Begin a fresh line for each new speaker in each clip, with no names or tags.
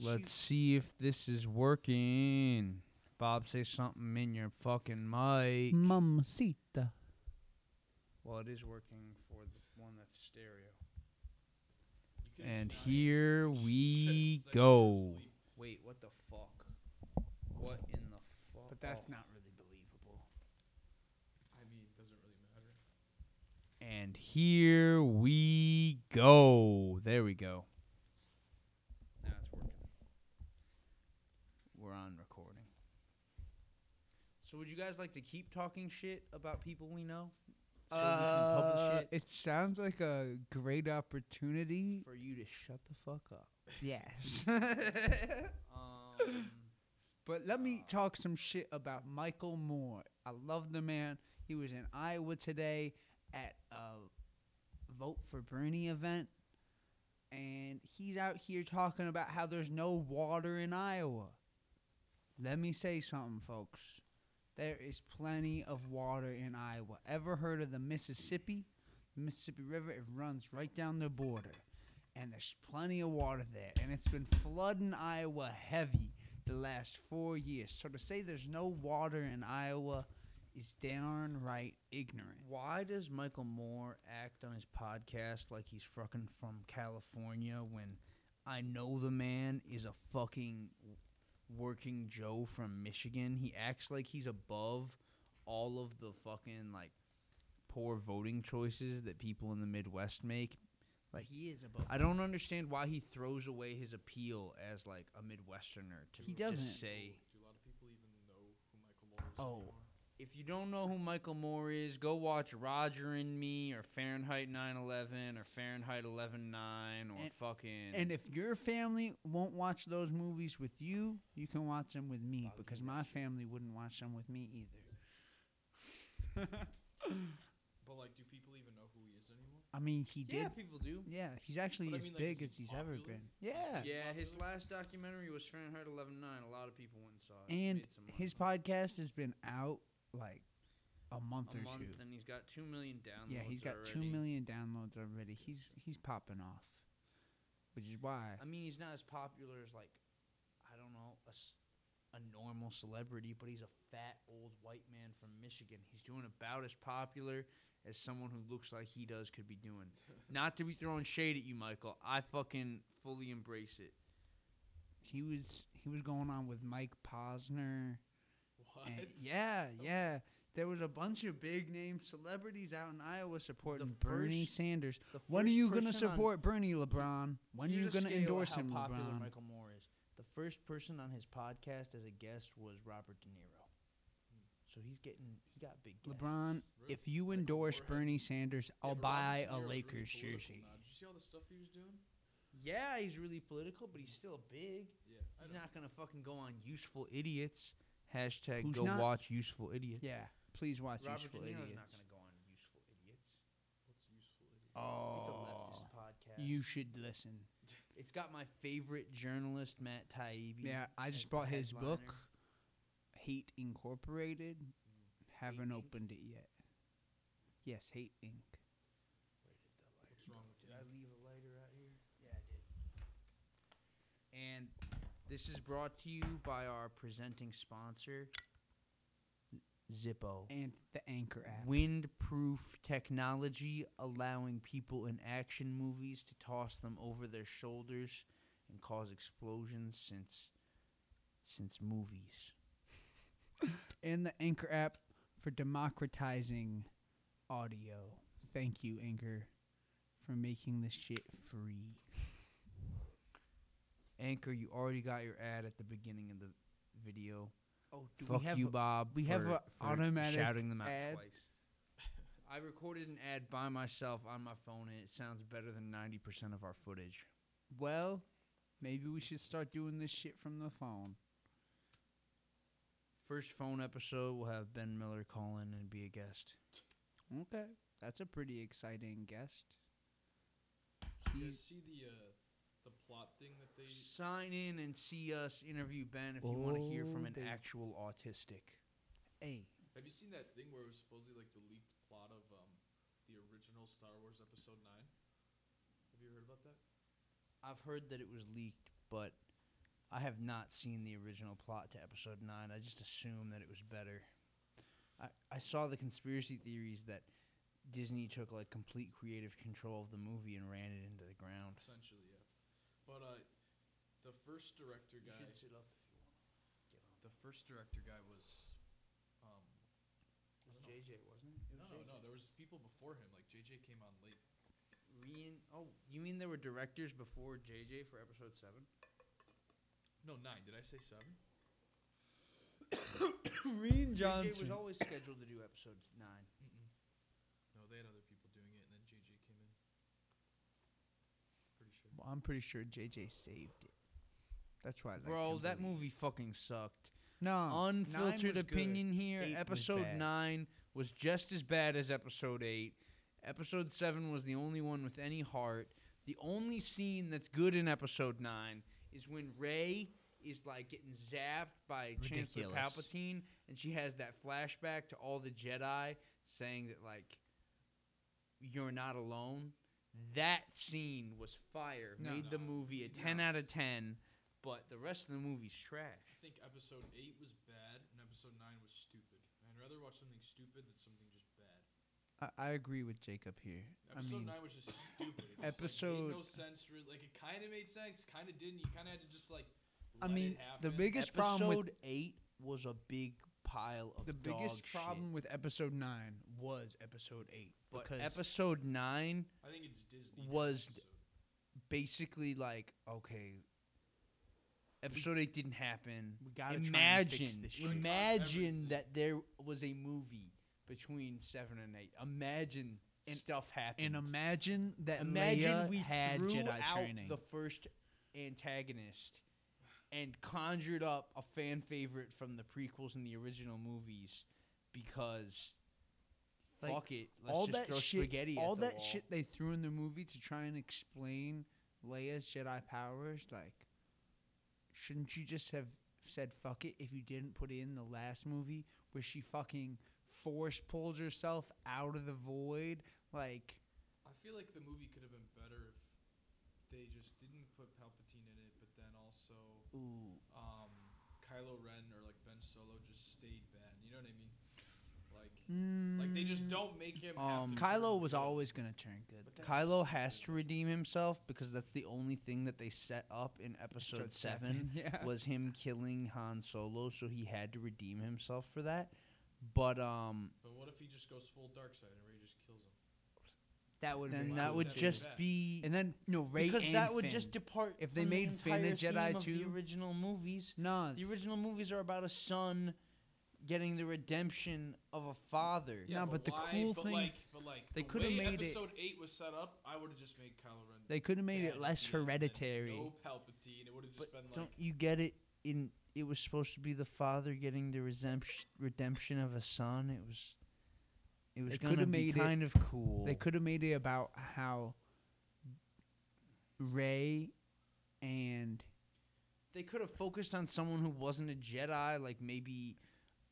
Let's see if this is working. Bob, say something in your fucking mic.
Mamacita.
Well, it is working for the one that's stereo. And here we go. Wait, what the fuck? What in the fuck?
But that's
oh.
not really believable.
I mean, it doesn't really matter.
And here we go. There we go. Now it's working. We're on recording. So would you guys like to keep talking shit about people we know? So we can
Uh,
publish it
It sounds like a great opportunity.
for you to shut the fuck up.
Yes.
Um,
but let me
Uh,
talk some shit about Michael Moore. I love the man. He was in Iowa today at a Vote for Bernie event. And he's out here talking about how there's no water in Iowa. Let me say something, folks. There is plenty of water in Iowa. Ever heard of the Mississippi? The Mississippi River, it runs right down the border. And there's plenty of water there. And it's been flooding Iowa heavy the last four years. So to say there's no water in Iowa is downright ignorant.
why does Michael Moore act on his podcast like he's fucking from California when I know the man is a fucking working Joe from Michigan? He acts like he's above all of the fucking like poor voting choices that people in the Midwest make. Like
he is above.
I don't understand why he throws away his appeal as like a Midwesterner to
He
just
doesn't.
say
Do a lot of people even know who Michael Moore is
Oh.
anymore?
if you don't know who Michael Moore is, go watch Roger and Me or Fahrenheit 9/11 or Fahrenheit 11/9 or
And-
fucking.
And if your family won't watch those movies with you, you can watch them with me
I'll
because
do that
my
shit.
family wouldn't watch them with me either.
But like, do people even know who he is anymore?
I mean, he did.
yeah,
Yeah,
people do.
he's actually
But I
as
mean, like,
big
is
as
he
he's ever
popular?
been. Yeah.
Yeah, his
Popular?
last documentary was Fahrenheit 11/9. A lot of people went and saw it.
And
Made some money.
his podcast has been out like a month
a
or
month,
two.
and he's got two million downloads.
Yeah, he's got two
already.
million downloads already. He's he's popping off, which is why.
I mean, he's not as popular as like, I don't know, a, s- a normal celebrity, but he's a fat old white man from Michigan. He's doing about as popular as someone who looks like he does could be doing. not to be throwing shade at you, Michael. I fucking fully embrace it.
he was he was going on with Mike Posner.
What?
and- yeah, yeah. There was a bunch of big name celebrities out in Iowa supporting Bernie
first-
Sanders.
The
When are
first
you gonna
person on-
support Bernie LeBron? When are
Here's
you
a
gonna
scale of
endorse
how
him,
popular
LeBron?
Michael Moore is. The first person on his podcast as a guest was Robert De Niro. So he's getting he got big. guests.
LeBron,
Really?
if you
Michael
endorse
Moore had-
Bernie Sanders,
Yeah,
I'll
but Robert
buy
De
a
Niro's really
Lakers
political
jersey.
now. Did you see all the stuff he was doing?
Yeah, he's really political, but he's still big.
Yeah. I
He's
know.
not gonna fucking go on useful idiots. Hashtag
Who's
go
not?
watch useful idiots.
Yeah, please watch
Robert
Useful
De Niro's
Idiots.
not gonna go on useful idiots.
What's useful? idiot?
It's a
Oh,
leftist podcast.
you should listen.
it's got my favorite journalist Matt Taibbi.
Yeah, I
as
just
the
bought his book,
headliner.
Hate Incorporated. Haven't
Mm. Inc?
opened it yet. Yes, Hate Inc.
What's wrong with
Did
you?
I leave a lighter out here? Yeah, I did. And this is brought to you by our presenting sponsor, Zippo.
and the Anchor app.
windproof technology allowing people in action movies to toss them over their shoulders and cause explosions since since movies
and the Anchor app for democratizing audio. Thank you, Anchor, for making this shit free.
anchor you already got your ad at the beginning of the video
Oh,
fuck you bob
we have
for-
a
for
automatic
shouting them out
ad?
twice i recorded an ad by myself on my phone and it sounds better than 90% of our footage
well, maybe we should start doing this shit from the phone.
first phone episode will have ben miller call in and be a guest
Okay, that's a pretty exciting guest.
Did you
He's
guys see the uh, the plot thing that they?
Sign in and see us interview Ben if you want to hear from
Oh,
an
baby.
actual autistic.
hey,
Have you seen that thing where it was supposedly like the leaked plot of um, the original Star Wars Episode Nine? Have you heard about that?
I've heard that it was leaked, but
I have not seen the original plot to episode nine. I just assumed that it was better. I, I saw the conspiracy theories that Disney took like complete creative control of the movie and ran it into the ground.
Essentially, yeah. But uh, the first director guy, the first director guy was, um,
It was JJ, wasn't it? It
no,
was
no,
JJ.
no. There was people before him. Like JJ came on late.
Rean, oh, you mean there were directors before JJ for episode seven?
No, nine. Did I say seven?
Reen
JJ was always scheduled to do episode nine.
Mm-mm. No, they had other people doing it, and then JJ came in. Pretty sure.
I'm pretty sure JJ saved it. That's why I like
Bro, that movie fucking sucked.
No,
Unfiltered
nine was good.
opinion here.
Eight was
episode
bad.
nine was just as bad as episode eight. Episode seven was the only one with any heart. The only scene that's good in episode nine is when Ray is like getting zapped by Chancellor
Ridiculous.
Palpatine, and she has that flashback to all the Jedi saying that like you're not alone. That scene was fire.
No.
Made the
No.
movie a
No.
ten out of ten, but the rest of the movie's trash.
I think episode eight was bad, and episode nine was stupid. I'd rather watch something stupid than something just bad.
I, I agree with Jacob here. I
Episode
mean,
nine was just stupid. It just,
Episode-
like, made no sense. Really. Like it kind of made sense, kind of didn't. You kind of had to just like.
I
let
mean,
it
the
happen.
biggest problem with
Episode eight was a big pile of
the
dog
biggest
shit.
problem with episode nine was episode eight
But
because
episode nine
I think it's Disney. did
was
episode.
basically like okay. Episode eight didn't happen.
we gotta try and fix
imagine,
this
Right.
shit.
imagine
Everything.
that there was a movie between seven and eight. Imagine
And-
stuff happened.
and imagine that
imagine
Leia
we
had
threw
Jedi
out
training.
the first antagonist and conjured up a fan favorite from the prequels and the original movies because
Like,
fuck it, let's
all
just
that
throw
shit,
spaghetti at
all
the
that
wall.
shit they threw in the movie to try and explain Leia's Jedi powers, like, shouldn't you just have said fuck it if you didn't put in the last movie where she fucking force pulled herself out of the void, like,
I feel like the movie could have been better if they just didn't put Palpatine in it, but then also
ooh,
um, Kylo Ren or like Ben Solo just stayed Ben. You know what I mean? Like, like they just
mm,
don't make him.
Um,
have to
Kylo
turn
was
good.
always gonna turn good.
But that's
Kylo
stupid.
has to redeem himself because that's the only thing that they set up in episode, seven.
yeah.
was him killing Han Solo, so he had to redeem himself for that. But um,
But what if he just goes full dark side and Ray just kills him?
that would
then
why
that
would
would
that be
just
bad?
be
and then no Ray
because
and
that would
Finn.
just depart
If they
from the
made Finn a
entire
Jedi
theme of
too-
The original movies,
no
the original movies are about a son getting the redemption of a father.
Yeah. No, but the
why-
cool
but
thing-
like, but like,
they
the
coulda
way
made it-
episode eight was set up. I would have just made Kylo Ren.
they could have made
Ben
it less
at the end and
hereditary.
No Palpatine. It would have just
But
been
don't
like.
you get it? In it was supposed to be the father getting the redemption redemption of a son. It was. It was
They coulda
gonna be
made it-
kind of cool.
They could have made it about how Ray and
they could have focused on someone who wasn't a Jedi, like maybe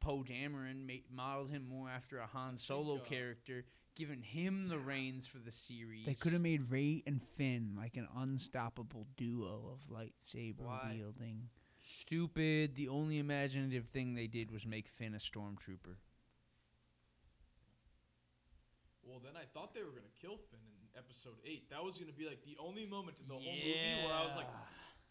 Poe Dameron, ma- modeled him more after a Han Solo
uh,
character, given him the reins for the series.
they could have made Ray and Finn like an unstoppable duo of lightsaber
Why?
wielding.
stupid. The only imaginative thing they did was make Finn a stormtrooper.
Well, then I thought they were gonna kill Finn in episode eight. That was gonna be like the only moment in the whole movie where I was like,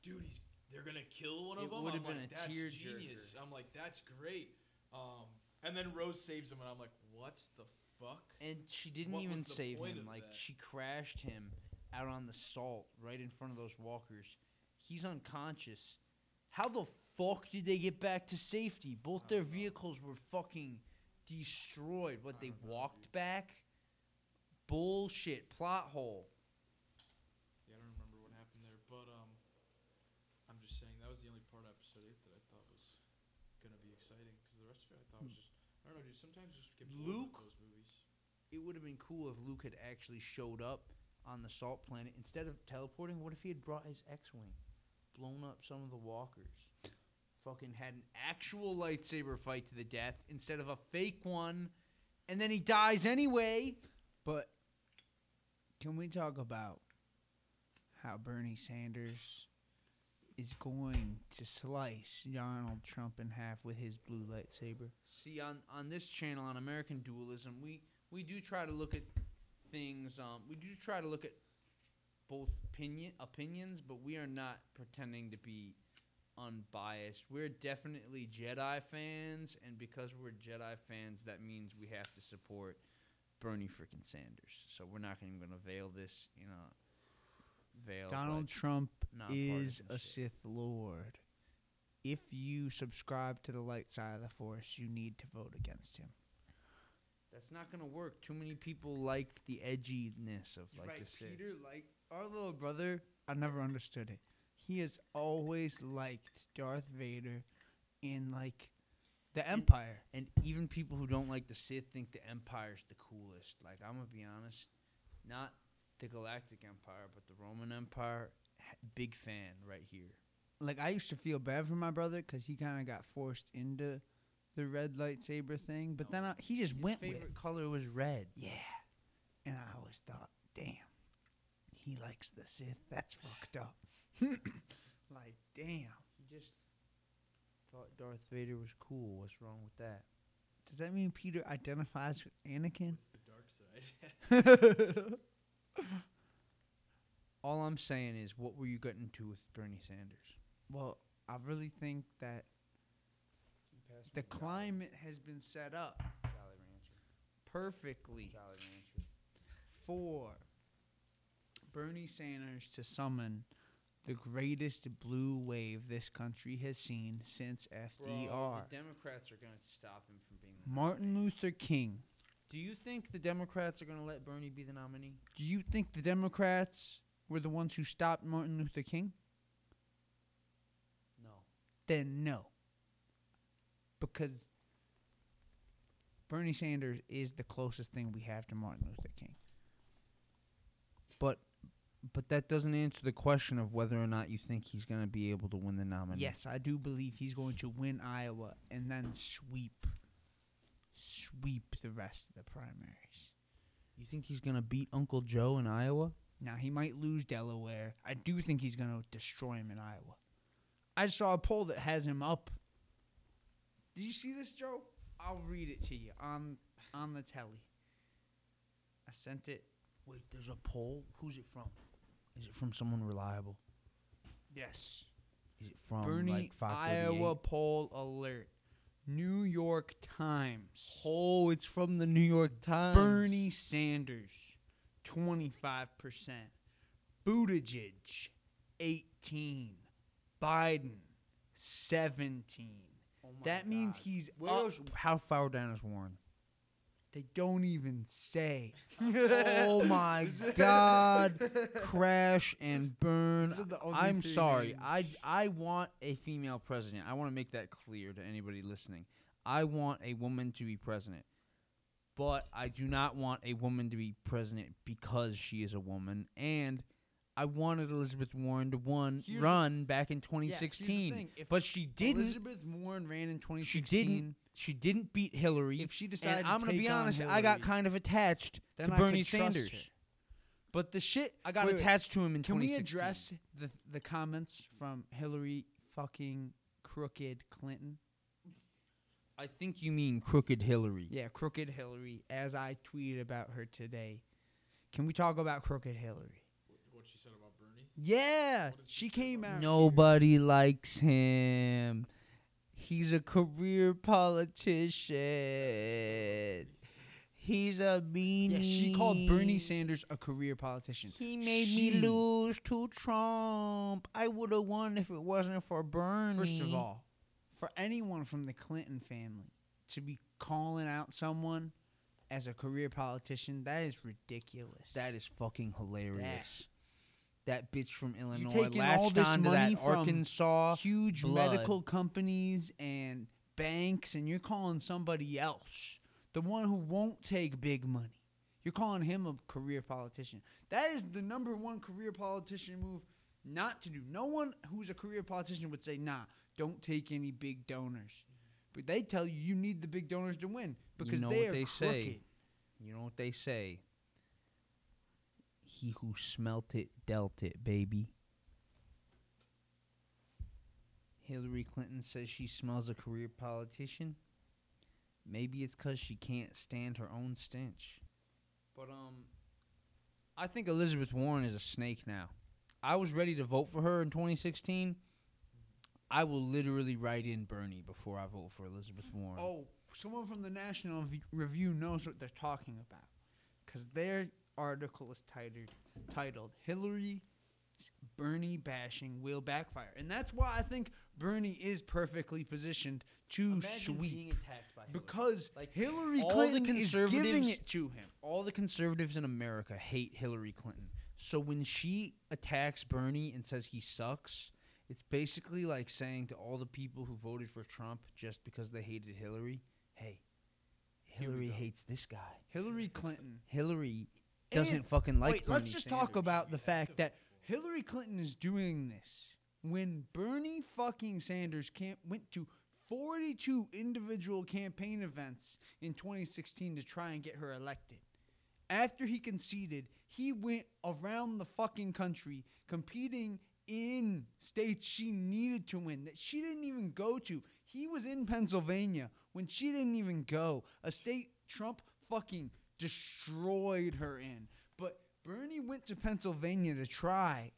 dude, he's, they're gonna kill one of
It
them.
would've
I'm
been
like,
a
that's
tearjerker.
genius. I'm like, that's great. Um, and then Rose saves him, and I'm like, what the fuck?
and she didn't
What was
even
the
save
point
him.
of
Like
that?
she crashed him out on the salt right in front of those walkers. He's unconscious. How the fuck did they get back to safety? Both
I
their
don't know.
vehicles were fucking destroyed. What
I
they
don't know,
walked
dude.
back? Bullshit plot hole.
Yeah, I don't remember what happened there, but um, I'm just saying that was the only part of episode eight that I thought was gonna be exciting because the rest of it I thought was just I don't know, dude. Sometimes you just get bored
Hmm. Luke?
with those movies.
It would have been cool if Luke had actually showed up on the salt planet instead of teleporting. What if he had brought his X-wing, blown up some of the walkers, fucking had an actual lightsaber fight to the death instead of a fake one, and then he dies anyway.
But can we talk about how Bernie Sanders is going to slice Donald Trump in half with his blue lightsaber.
See on on this channel on American Dualism, we we do try to look at things. Um, we do try to look at both opinion opinions, but we are not pretending to be unbiased. We're definitely Jedi fans, and because we're Jedi fans, that means we have to support Bernie freaking Sanders. So we're not even going to veil this in a veil. of,
Donald
like,
Trump is
nonpartisan
a
shit.
Sith Lord. If you subscribe to the light side of the Force, you need to vote against him.
That's not gonna work. Too many people like the edginess of like the Sith.
like our little brother. I never understood it. He has always liked Darth Vader and like the Empire.
And even people who don't like the Sith think the Empire's the coolest. Like I'm gonna be honest, not the Galactic Empire, but the Roman Empire. h- Big fan right here.
Like I used to feel bad for my brother because he kind of got forced into the red lightsaber thing, but then I, he just
Oh, His
went with
favorite
it.
color was red.
Yeah. And I always thought, damn, he likes the Sith. That's fucked up. like, damn.
He just thought Darth Vader was cool. What's wrong with that?
Does that mean Peter identifies with Anakin?
With the dark side.
All I'm saying is, what were you getting to with Bernie Sanders?
well, I really think that the climate has been set up perfectly for Bernie Sanders to summon the greatest blue wave this country has seen since FDR.
the Democrats are going to stop him from being. The
Martin Luther King.
Do you think the Democrats are going to let Bernie be the nominee?
Do you think the Democrats were the ones who stopped Martin Luther King?
No.
Then no. Because Bernie Sanders is the closest thing we have to Martin Luther King.
But that doesn't answer the question of whether or not you think he's going to be able to win the nominee.
Yes, I do believe he's going to win Iowa and then sweep sweep the rest of the primaries.
You think he's going to beat Uncle Joe in Iowa?
Now he might lose Delaware. I do think he's going to destroy him in Iowa. I saw a poll that has him up. Did you see this, Joe? I'll read it to you on on the telly. I sent it.
Wait, there's a poll. Who's it from? Is it from someone reliable?
Yes.
Is it from
Bernie
like 538?
Iowa poll alert. New York Times.
Oh, it's from the New York Times.
Bernie Sanders, 25%. Buttigieg, 18. Biden, 17.
Oh
that means he's up.
Where's, how far down is Warren?
They don't even say.
oh my God! Crash and burn.
These are the only
I'm
three
sorry.
names.
I I want a female president. I want to make that clear to anybody listening. I want a woman to be president, but I do not want a woman to be president because she is a woman. And I wanted Elizabeth Warren to one
Here's the-
run back in
Yeah, here's the
2016,
thing, if
but she didn't.
Elizabeth Warren ran in 2016.
She didn't beat Hillary.
If she decided
and I'm
to
gonna be
take on
honest. I got
Hillary,
kind of attached
then
to
I could
Bernie
trust
Sanders.
her. But the shit
I got
Wait, wait.
attached to him in
Can we
2016.
address the the comments from Hillary fucking crooked Clinton?
I think you mean crooked Hillary.
Yeah, crooked Hillary. As I tweeted about her today, can we talk about crooked Hillary?
Wh- What she said about Bernie.
Yeah,
What did she
she
say
came
about
out.
Nobody likes him. He's a career politician. He's a meanie.
Yeah, she called Bernie Sanders a career politician.
He made
She-
me lose to Trump. I would have won if it wasn't for Bernie.
First of all, for anyone from the Clinton family to be calling out someone as a career politician, that is ridiculous.
that is fucking hilarious. That bitch from Illinois
taking all
latched
this
onto
money
that
from
Arkansas
huge
blood.
medical companies and banks, and you're calling somebody else, the one who won't take big money, you're calling him a career politician. That is the number one career politician move not to do. No one who's a career politician would say, nah, don't take any big donors. But they tell you you need the big donors to win because
know
they
what
are
they say.
crooked.
You know what they say? He who smelt it dealt it, baby. Hillary Clinton says she smells a career politician. Maybe it's because she can't stand her own stench. But um, I think Elizabeth Warren is a snake now. I was ready to vote for her in 2016. I will literally write in Bernie before I vote for Elizabeth Warren.
Oh, someone from the National v- Review knows what they're talking about, because their article is titled titled Hillary Bernie bashing will backfire, and that's why I think Bernie is perfectly positioned to
Imagine being
sweep
attacked by Hillary.
because
like,
Hillary
all the
Clinton is giving
conservatives-
it to him.
all the conservatives in America hate Hillary Clinton. So when she attacks Bernie and says he sucks, it's basically like saying to all the people who voted for Trump just because they hated Hillary, hey,
we
Hillary
go.
hates this guy.
Hillary Clinton
Hillary
And-
doesn't fucking like
wait, let's
Bernie
just
Sanders.
talk about the fact that
difficult.
Hillary Clinton is doing this when Bernie fucking Sanders camp went to 42 individual campaign events in 2016 to try and get her elected. After he conceded, he went around the fucking country competing in states she needed to win that she didn't even go to. He was in Pennsylvania when she didn't even go, a state Trump fucking destroyed her in. But Bernie went to Pennsylvania to try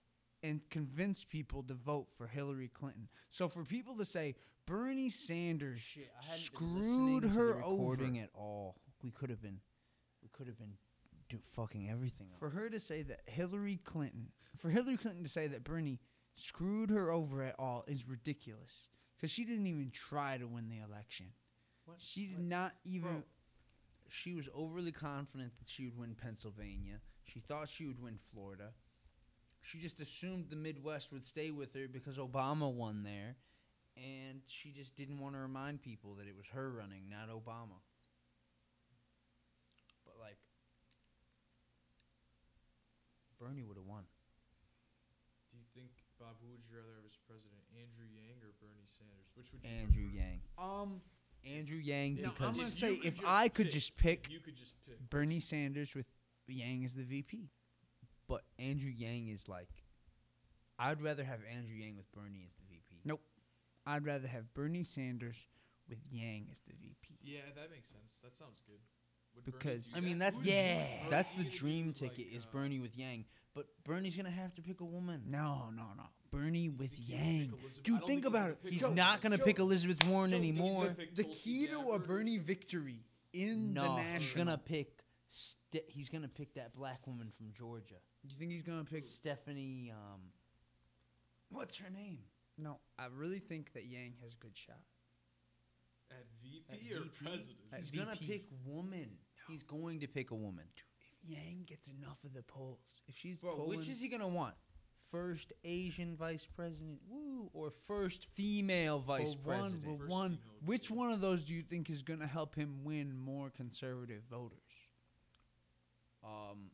and convince people to vote for Hillary Clinton. So for people to say Bernie Sanders
Shit, I hadn't been listening
screwed
to the
her over,
recording at all. We could have been, we could have been, do fucking everything up.
for her to say that Hillary Clinton, for Hillary Clinton to say that Bernie screwed her over at all is ridiculous because she didn't even try to win the election.
What-
She did
what-
not even.
Bro, she was overly confident that she would win Pennsylvania. She thought she would win Florida. She just assumed the Midwest would stay with her because Obama won there. And she just didn't want to remind people that it was her running, not Obama. But, like, Bernie would have won.
Do you think Bob? Who would you rather have as president, Andrew Yang or Bernie Sanders? Which would you
Andrew
prefer?
Yang.
Um,
Andrew Yang,
Yeah,
I'm
because
gonna
you
say
could
if
just
I could
pick-
just
if
pick
you could just pick.
Bernie Sanders with Yang as the VP.
but Andrew Yang is like, I'd rather have Andrew Yang with Bernie as the VP.
I'd rather have Bernie Sanders with Yang as the VP.
Yeah, that makes sense. That sounds good. Would Bernie
Because
do
I mean
that?
that's
Who would you
yeah,
want? Or
that's
is he
the
gonna do,
dream ticket
like,
is
uh,
Bernie with Yang, but Bernie's gonna have to pick a woman.
No, no, no. Bernie
you
with
think he would pick
Yang.
Elizabeth-
Dude,
I don't
think
he's
about
gonna
it.
pick
He's
Joe,
Elizabeth.
not gonna
Joe,
pick Elizabeth Warren
Joe, you think he's gonna
anymore.
pick
The
Tulsi
key to a
Gabbard?
Bernie victory in
no,
the
he's
national.
gonna pick. Ste- he's gonna pick that black woman from Georgia,
you think he's gonna pick?
Stephanie. Um, what's her name?
No, I really think that Yang has a good shot.
At VP
At
or
VP?
president?
At
He's gonna
VP.
pick woman. He's going to pick a woman.
If Yang gets enough of the polls, if she's
Bro,
polling,
which is he gonna want? First Asian vice president, woo, or first female vice
Well, One,
president?
well,
First
one,
female
which
president.
one of those do you think is going to help him win more conservative voters?
um,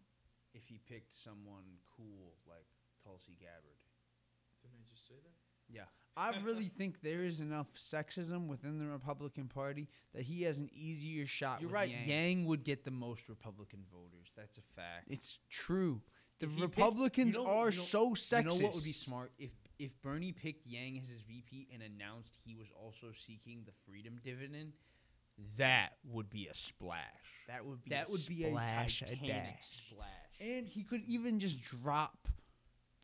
if he picked someone cool like Tulsi Gabbard.
Didn't I just say that?
I really think there is enough sexism within the Republican Party that he has an easier shot.
You're
with
right.
Yang.
Yang. would get the most Republican voters. That's a fact.
It's true. The
If he picked-
Republicans
you know-
are
you know-
so sexist.
You know what would be smart if if Bernie picked Yang as his VP and announced he was also seeking the freedom dividend. That would be a splash.
That would be
that
a
would be a
splash, a
titanic
dash.
splash.
And he could even just drop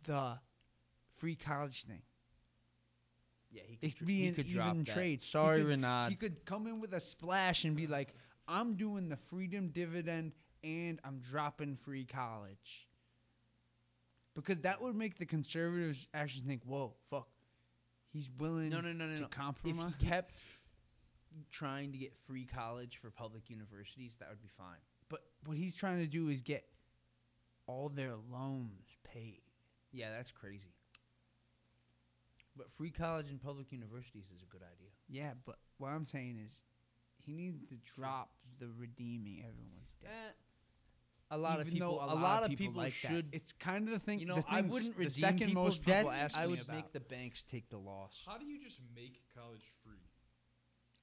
the free college thing.
yeah, he
It
could,
could
dr-
be
he
an
could drop
even
that.
trade.
Sorry,
he could,
Renard.
He could come in with a splash and be like, "I'm doing the freedom dividend and I'm dropping free college," because that would make the conservatives actually think, "Whoa, fuck, he's willing
No, no, no, no,
to
no. If
compromise."
he kept trying to get free college for public universities, that would be fine.
but what he's trying to do is get all their loans paid.
Yeah, that's crazy. But free college and public universities is a good idea.
Yeah, but what I'm saying is, he needs to drop the redeeming everyone's debt.
a lot of
Even
people,
though
a lot of people,
like that.
should.
It's kind of the thing.
You know,
the
I
thing s-
wouldn't
the
redeem
second
people's
most people
debts.
ask
I
me
would
about.
make the banks take the loss.
How do you just make college free?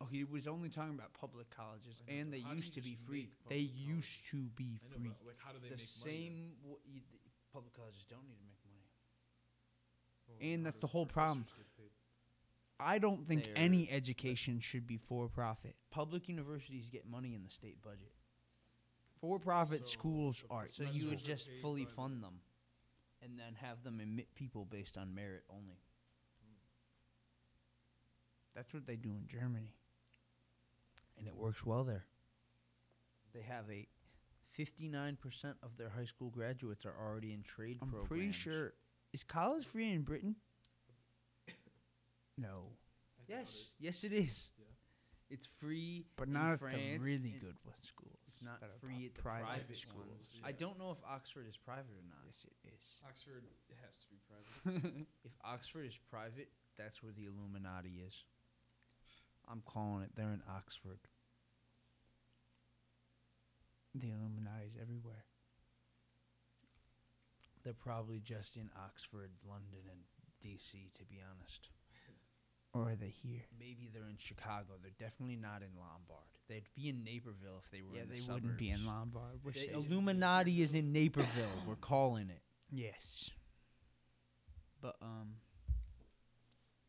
Oh, he was only talking about public colleges,
I know,
and
but
they
how do
used
you
to be
just
free.
make
They
public college?
used to be
I know,
free.
but like, how do they
the
make money?
same w- you, the public colleges don't need to make money.
then? Well,
and
how
that's
do
the whole problem.
professors get paid?
I don't think
They're-
any education should be for profit.
Public universities get money in the state budget,
For profit
So,
schools
the
are
so
That's
you
what
would
we're
evil.
just
paid
fully
by the-
fund them, and then have them admit people based on merit only.
That's what they do in Germany.
and it works well there. They have a 59% of their high school graduates are already in trade
I'm
programs.
pretty sure. Is college free in Britain?
No.
I doubt
Yes,
it.
yes it is.
Yeah.
It's free,
But
In
not at the
France,
really
in-
good one schools.
it's not
that are
free
pri-
at the private,
private
schools.
schools,
I
yeah.
don't know if Oxford is private or not.
Yes, it is.
Oxford has to be private.
If Oxford is private, that's where the Illuminati is. I'm calling it. They're in Oxford.
the Illuminati is everywhere.
They're probably just in Oxford, London, and D.C., to be honest.
Or are they here?
Maybe they're in Chicago. They're definitely not in Lombard. They'd be in Naperville if they were.
yeah,
in
they
the
wouldn't be in
suburbs.
Lombard. We're
The
safe.
Ill-
Illuminati is in Naperville. we're calling it.
yes. But um,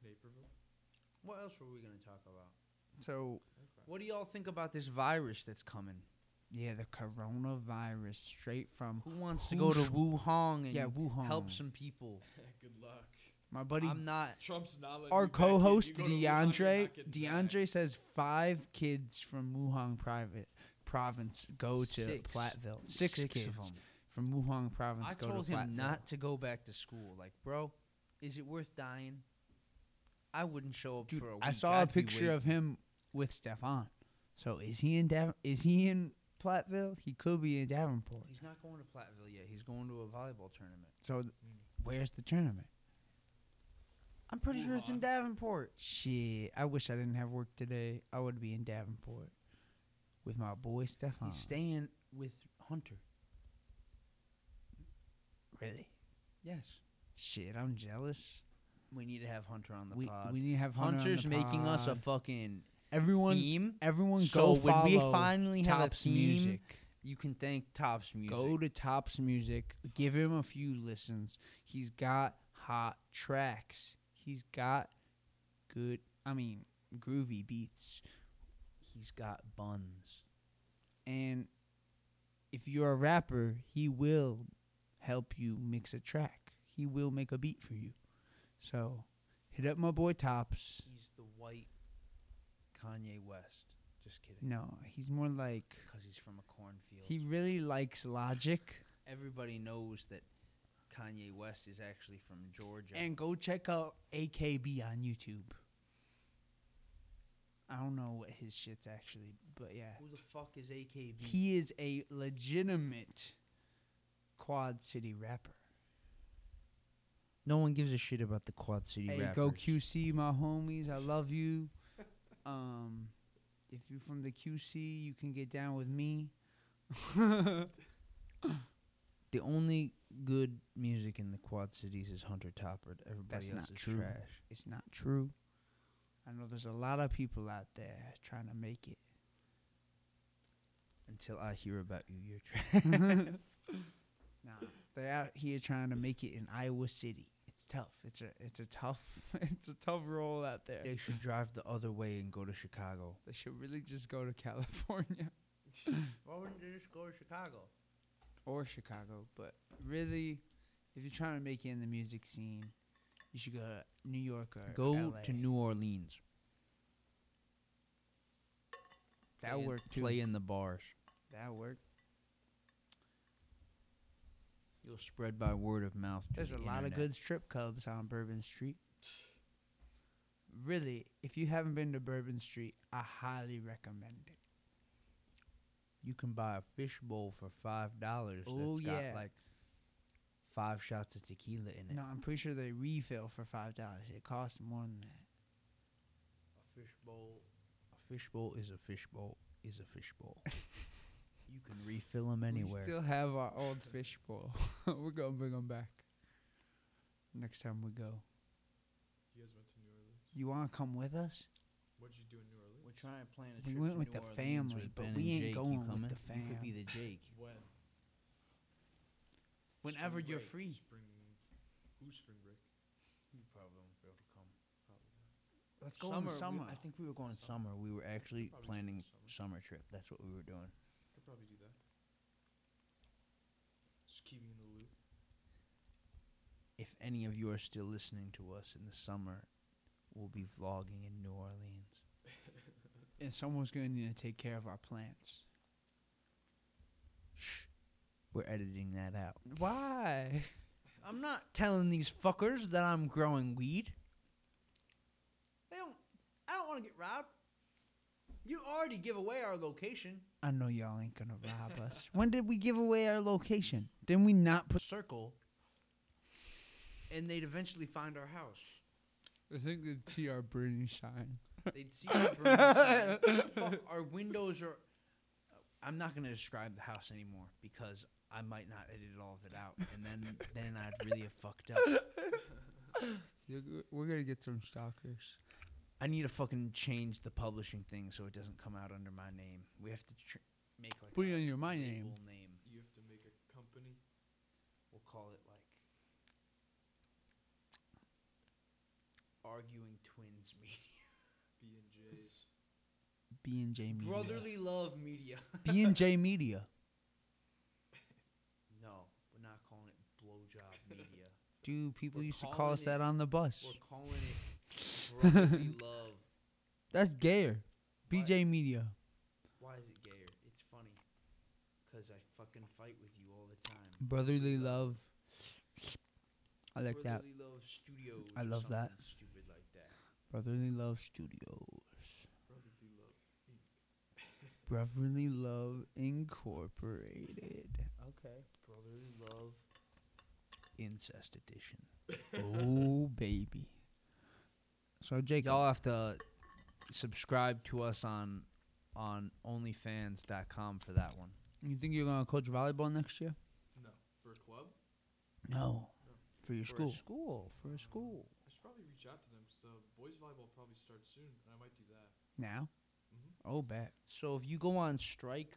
Naperville?
What else were we gonna talk about?
so
Okay.
What do y'all think about this virus that's coming?
yeah, the coronavirus straight from
Who wants to go to
Who's-
Wuhan and
yeah Wuhan.
help some people?
Good luck.
My buddy,
I'm not.
Trump's not letting
our
you back in.
co-host
You go to Wuhan, you're
DeAndre,
not getting back.
DeAndre says five kids from Wuhan private province go to
Six.
Platteville. Six, kids
of 'em.
from Wuhan province
I
go
told
to
him
Platteville.
not to go back to school. Like, bro, is it worth dying? I wouldn't show up
Dude,
for a week.
I saw a
I'd be
picture of
waiting.
him with Stefan. So is he in Dav- is he in Platteville? He could be in Davenport.
He's not going to Platteville yet. He's going to a volleyball tournament.
So th- where's the tournament?
I'm pretty sure it's in
Wuhan.
Davenport.
Shit, I wish I didn't have work today. I would be in Davenport with my boy Stefan.
He's staying with Hunter.
really?
Yes.
Shit, I'm jealous.
We need to have Hunter on the
We,
pod.
we need to have Hunter on the
Hunter's making us a
pod.
fucking
everyone.
theme.
Everyone
so
go
when
follow
we finally have a
Tops
theme,
Music.
you can thank Tops Music.
Go to Tops Music. Give him a few listens. He's got hot tracks. He's got good. I mean, groovy beats.
He's got buns.
And if you're a rapper, he will help you mix a track. He will make a beat for you. So hit up my boy Tops.
He's the white Kanye West. Just kidding.
No, he's more like
Because he's from a cornfield.
he really likes Logic.
Everybody knows that Kanye West is actually from Georgia.
And go check out AKB on YouTube. I don't know what his shit's actually, but yeah.
Who the fuck is AKB?
He is a legitimate Quad City rapper.
no one gives a shit about the Quad City
Hey, go QC, my homies. I love you. Um, if you're from the QC, you can get down with me.
The only good music in the Quad Cities is Hunter Toppard. Everybody
That's
else
not
is
true.
trash.
it's not true. I know there's a lot of people out there trying to make it.
Until I hear about you, you're trash.
Nah, they're out here trying to make it in Iowa City. It's tough. It's a it's a tough it's a tough role out there.
they should drive the other way and go to Chicago.
They should really just go to California
Why wouldn't they just go to Chicago?
or Chicago, but really, if you're trying to make it in the music scene, you should go to New York or
Go
LA.
to New Orleans.
That
Play in-
work too.
Play in the bars.
That work.
You'll spread by word of mouth. to
There's
the
a lot of
internet.
good strip clubs on Bourbon Street. Really, if you haven't been to Bourbon Street, I highly recommend it.
You can buy a fishbowl for five dollars.
Oh,
that's got
yeah.
like five shots of tequila in it.
No, I'm pretty sure they refill for five dollars. It costs more than that.
A fishbowl. A fishbowl is a fishbowl is a fishbowl. you can refill them anywhere.
We still have our old fishbowl. We're gonna bring them back next time we go.
You guys went to New Orleans.
You wanna come with us?
What'd you do in New Orleans?
We're trying to plan a
We
trip
went
to
with
New
the
Orleans
family,
with
but
Ben
we
and
ain't
Jake. You
going with
coming?
the
You could be the Jake.
When?
Whenever
Spring
you're
break.
free.
Spring. Who's spring break?
You probably won't be able to come.
Probably. not.
Let's go in the
we-
summer.
I think we were going in summer. We were actually
Probably going in
planning summer
summer.
trip. That's what we were doing.
Could probably do that. Just keep me in the loop.
If any of you are still listening to us in the summer, we'll be vlogging in New Orleans.
and someone's going to need to take care of our plants.
Shh. We're editing that out.
Why?
I'm not telling these fuckers that I'm growing weed. They don't. I don't want to get robbed. You already give away our location.
I know y'all ain't gonna rob us. When did we give away our location? Didn't we not put?
circle, and they'd eventually find our house.
I think the TR Bernie sign.
They'd see our burning sign. Fuck, our windows are. I'm not gonna describe the house anymore because I might not edit all of it out, and then then I'd really have fucked up.
We're gonna get some stalkers.
I need to fucking change the publishing thing so it doesn't come out under my name. We have to tr- make like
Put it
a
under my
label
name.
name.
You have to make a company.
We'll call it like arguing twins media,
B and J's.
B and J Media.
brotherly love media.
B and J Media.
No, we're not calling it blowjob media.
Dude, people
We're
used to call
calling
us
it-
that on the bus.
We're calling it brotherly love.
That's gayer. BJ Media.
Why is it gayer? It's funny. Because I fucking fight with you all the time.
Brotherly love. I like that.
brotherly love studios.
I
or
love that.
something Stupid like that.
Brotherly love studios.
Brotherly
Brotherly
love.
love incorporated.
Okay. Brotherly love. Incest edition.
oh baby. So Jacob,
Y'all have to uh, subscribe to us on on OnlyFans.com for that one.
you think you're gonna coach volleyball next year?
No. For a club?
No. For your
For
school.
a school. For a school.
I should probably reach out to them because uh, boys volleyball probably starts soon, and I might do that.
Now?
Mhm.
Mm-hmm.
Oh bet.
So if you go on strike,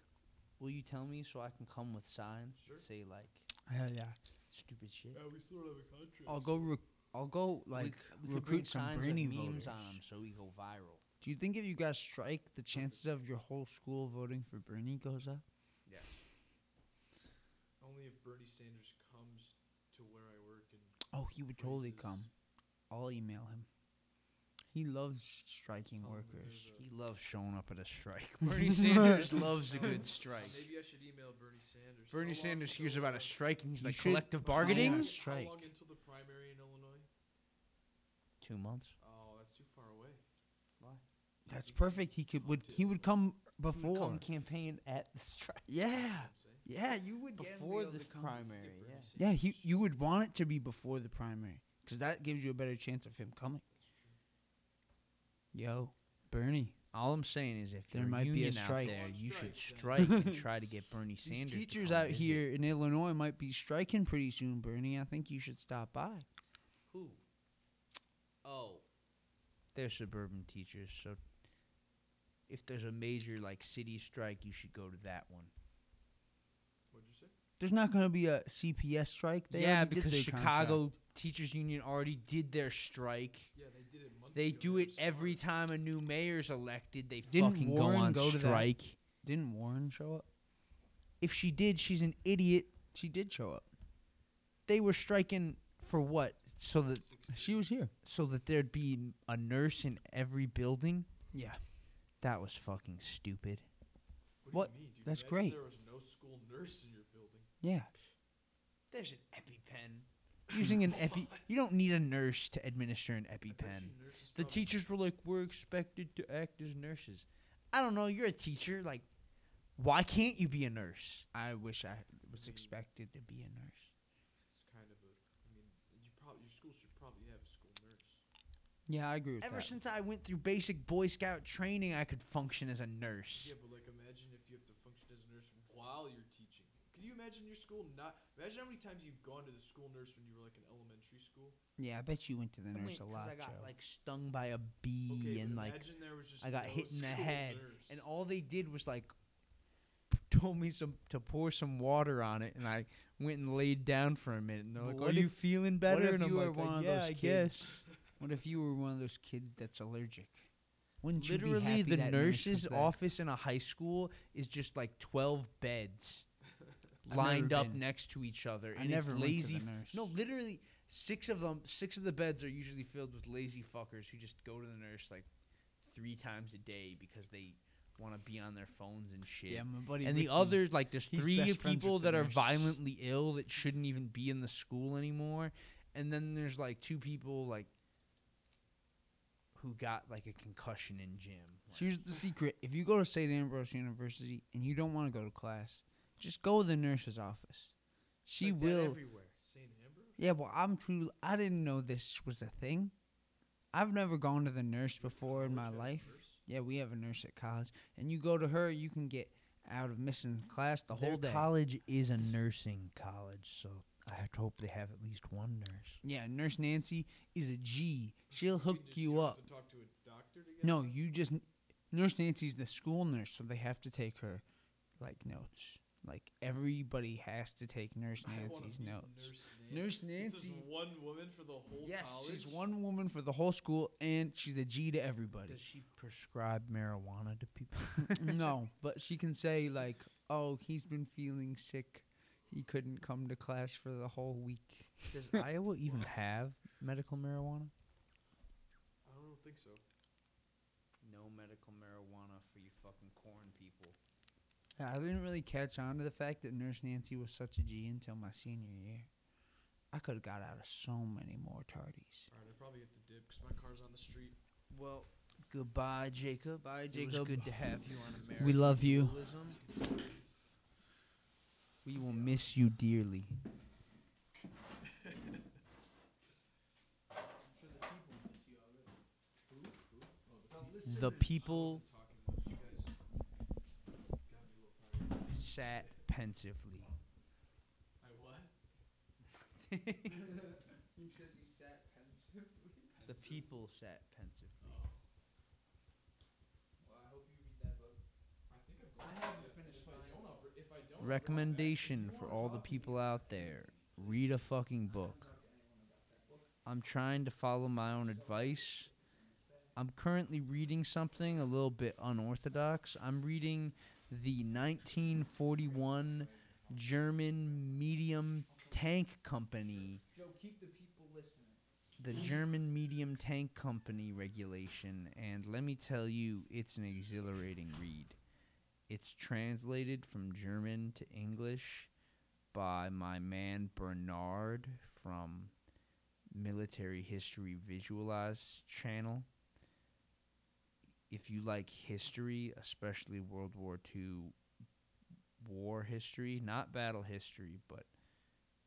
will you tell me so I can come with signs that
Sure.
say like
Hell yeah.
stupid shit?
Yeah, we still don't have a contract.
I'll go rec- I'll go like
we, we could bring
recruit some
signs with
Bernie
memes
voters.
on 'em so we go viral.
Do you think if you guys strike, the chances of your whole school voting for Bernie goes up?
Only if Bernie Sanders comes to where I work and
Oh, he would totally
raises-
come. I'll email him. He loves striking
Tell him that
workers.
there's
He loves showing up at a strike. Bernie Sanders loves a
Oh,
good strike.
Maybe I should email Bernie Sanders.
Bernie
How long
Sanders hears
until,
about
uh,
a strike and he's
You
like
should-
collective
how
bargaining.
long-
Strike.
How long until the primary in Illinois?
Two months.
Oh, that's too far away.
That's
he could
perfect. He could
come
would
to
he would
Illinois.
come
He would
before.
come campaign at the strike
Yeah,
You know what I'm saying?
yeah, you would get
before
him to be
the
able to come.
primary.
Bernie
Yeah.
Sanders.
Yeah, he you would want it to be before the primary because that gives you a better chance of him coming. Yo, Bernie,
All I'm saying is if
There
there
might
might
be a
be a
strike.
out there,
Go on
you should
strike,
strike
then.
and try to get Bernie
these
Sanders. to
teachers
come
out
visit.
here in Illinois might be striking pretty soon. Bernie, I think you should stop by.
Who? Oh. They're suburban teachers, so if there's a major like city strike, you should go to that one.
What'd you say?
There's not going to be a CPS strike. They
yeah,
already did
because
their
Chicago
contract.
Teachers Union already did their strike.
Yeah, they did it months
They
ago.
do
were
it every
sorry.
time a new mayor's elected. They
Didn't
fucking
Warren
go on
go to that?
strike.
didn't Warren show up.
If she did, she's an idiot.
She did show up.
They were striking for what? So that
She was here.
so that there'd be a nurse in every building.
Yeah.
That was fucking stupid.
What?
What? do you mean, dude?
That's
Imagine
great.
There was no school nurse in your building.
Yeah.
There's an EpiPen. Using an Epi, you don't need a nurse to administer an
I bet
EpiPen.
you nurses
The
probably-
teachers were like, "We're expected to act as nurses." I don't know. You're a teacher. Like, why can't you be a nurse?
I wish I was
mean-
expected to be a nurse.
It's kind of a. I mean, you probably your school should probably have a school nurse.
Yeah, I agree with
Ever
that.
since I went through basic Boy Scout training, I could function as a nurse.
Yeah, but like imagine if you have to function as a nurse while you're teaching. Can you imagine your school not? Imagine how many times you've gone to the school nurse when you were like in elementary school.
yeah, I bet you went to the
I
nurse
went 'cause
a lot,
I got
Joe.
like stung by a bee
Okay,
and
but
like,
imagine there was just
I got
no
hit in the
school
head,
nurse.
and all they did was like, p- told me some to pour some water on it, and I went and laid down for a minute, and they're
But
like,
what
"Are you feeling better?"
what if
and I'm
you were
like, "Uh,
one of
"Yeah,
those
I
kids
guess."
What if you were one of those kids that's allergic? Wouldn't you be
Literally,
happy
the
that nurse was
nurse's
there?
office in a high school is just like 12 beds
I've
lined
never
up
been.
next to each other.
I
and
never went
it's
to
lazy.
the nurse.
No, literally, six of them, six of the beds are usually filled with lazy fuckers who just go to the nurse like three times a day because they want to be on their phones and shit.
Yeah, my buddy.
and the
Ricky,
other like there's
he's
three
best friends with
people
the
that are
nurse.
violently ill that shouldn't even be in the school anymore and then there's like two people like who got like a concussion in gym Like,
Here's the secret: if you go to St. Ambrose University and you don't want to go to class, just go to the nurse's office. She
Like that
will.
everywhere. St. Ambrose.
Yeah, well, I'm true. I didn't know this was a thing. I've never gone to the nurse before in my
College has a
life.
nurse?
Yeah, we have a nurse at college, and you go to her, you can get out of missing class the
their
whole day.
college is a nursing college so i have to hope they have at least one nurse
yeah, Nurse Nancy is a G. She'll
You can
hook
just-
you
don't have
up.
to talk to a doctor to get
No,
it?
you just Nurse Nancy's the school nurse, so they have to take her like notes. Like everybody has to take Nurse
I wanna
Nancy's
meet
notes. Nurse
Nurse Nancy. This is
Nancy-
one woman for the whole
Yes,
college.
she's one woman for the whole school, and she's a G to everybody.
does she prescribe marijuana to people
no, but she can say like, "Oh, he's been feeling sick. He couldn't come to class for the whole week."
does iowa even have medical marijuana
I don't think so.
no medical marijuana for you fucking corn people
I didn't really catch on to the fact that Nurse Nancy was such a G until my senior year. I could have got out of so many more tardies.
All right, I probably have to dip because my car's on the street.
well goodbye jacob
Bye,
Jacob.
Jacob.
good to have you on American
We love you.
Dualism. We will miss you dearly.
I'm sure the people miss you already. Who? Who? Oh, the people.
The people
I wasn't talking much. You guys got
Oh,
me a little tired.
sat pensively.
I what?
You said you sat pensively.
The people sat pensively.
Oh,
Well, I hope you read that book.
I think I've
I
gone.
haven't
yet.
finished
If I
mine.
don't, I'll br- if I don't, I'll bring it back.
Recommendation
If you
for
wanna
all the
talk,
people out there read a fucking book. I'm trying to follow my own advice. I'm currently reading something a little bit unorthodox. I'm reading the 1941 German medium tank company
Joe, keep the people listening.
the German medium tank company regulation, and let me tell you, it's an exhilarating read. It's translated from German to English by my man Bernard from Military History Visualized channel. If you like history, especially World War II war history, not battle history, but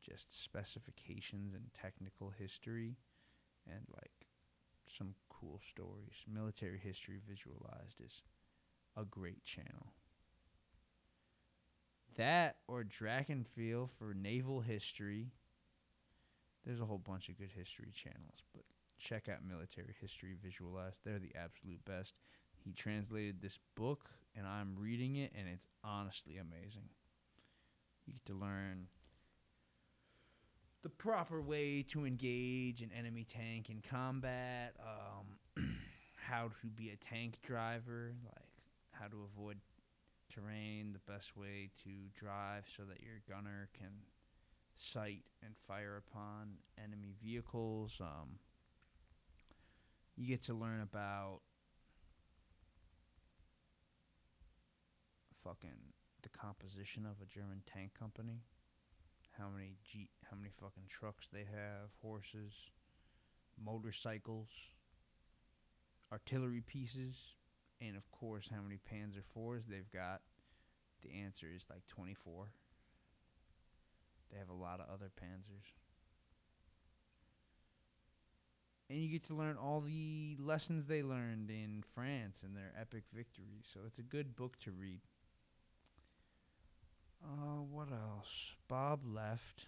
just specifications and technical history, and like some cool stories. Military History Visualized is a great channel. That or Drakenfeel for naval history. There's a whole bunch of good history channels, but check out Military History Visualized. They're the absolute best. He translated this book, and I'm reading it, and it's honestly amazing. You get to learn the proper way to engage an enemy tank in combat, um, how to be a tank driver, like how to avoid terrain, the best way to drive so that your gunner can sight and fire upon enemy vehicles. Um, you get to learn about fucking the composition of a German tank company how many Jeep, how many fucking trucks they have, horses, motorcycles, artillery pieces, and of course how many Panzer IVs they've got. The answer is like 24. They have a lot of other Panzers. And you get to learn all the lessons they learned in France and their epic victories. So it's a good book to read. Uh, what else? Bob left.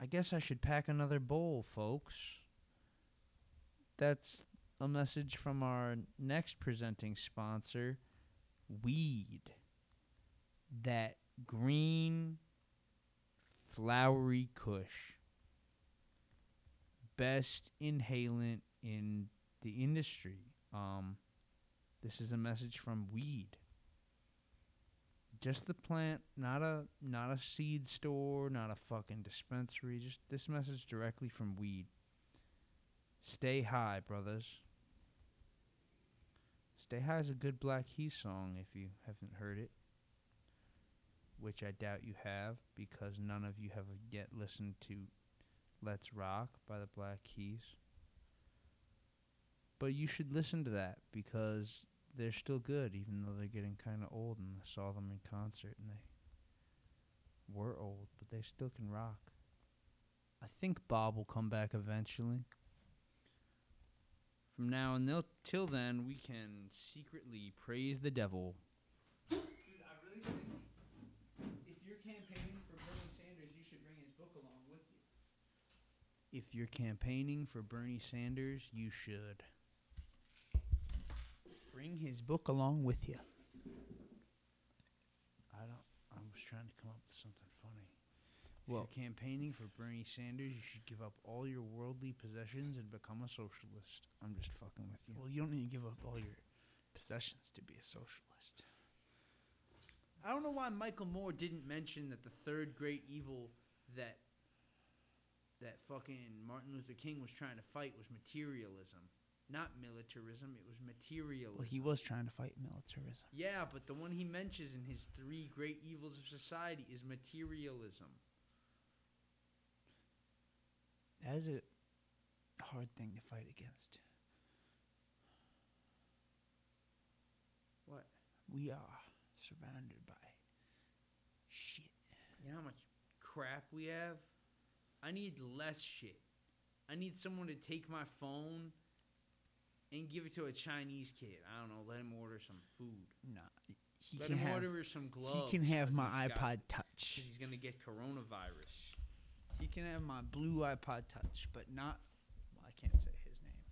I guess I should pack another bowl, folks. That's a message from our next presenting sponsor, Weed. That green, flowery cush. best inhalant in the industry. Um, this is a message from Weed. Just the plant, not a not a seed store, not a fucking dispensary. Just this message directly from Weed. Stay high, brothers. Stay high is a good Black Keys song if you haven't heard it, which I doubt you have because none of you have yet listened to Let's Rock by the Black Keys. But you should listen to that because they're still good, even though they're getting kind of old. And I saw them in concert, and they were old, but they still can rock. I think Bob will come back eventually. From now until till then, we can secretly praise the devil.
Dude, I really think if you're campaigning for Bernie Sanders, you should bring his book along with you.
If you're campaigning for Bernie Sanders, you should.
Bring his book along with you.
I don't. I was trying to come up with something funny.
Well-
if you're campaigning for Bernie Sanders, you should give up all your worldly possessions and become a socialist. I'm just fucking with you.
Well, you don't need to give up all your possessions to be a socialist.
I don't know why Michael Moore didn't mention that the third great evil that that fucking Martin Luther King was trying to fight was materialism, not militarism. It was materialism.
Well, he was trying to fight militarism.
Yeah, but the one he mentions in his three great evils of society is materialism.
That is a hard thing to fight against.
What?
We are surrounded by shit.
You know how much crap we have? I need less shit. I need someone to take my phone and give it to a Chinese kid. I don't know, let him order some food.
No, he
let
can
him
have.
order some gloves.
He can have
'cause
my
he's got-
iPod Touch.
'cause he's gonna get coronavirus.
He can have my blue iPod Touch, but not. Well, I can't say his name.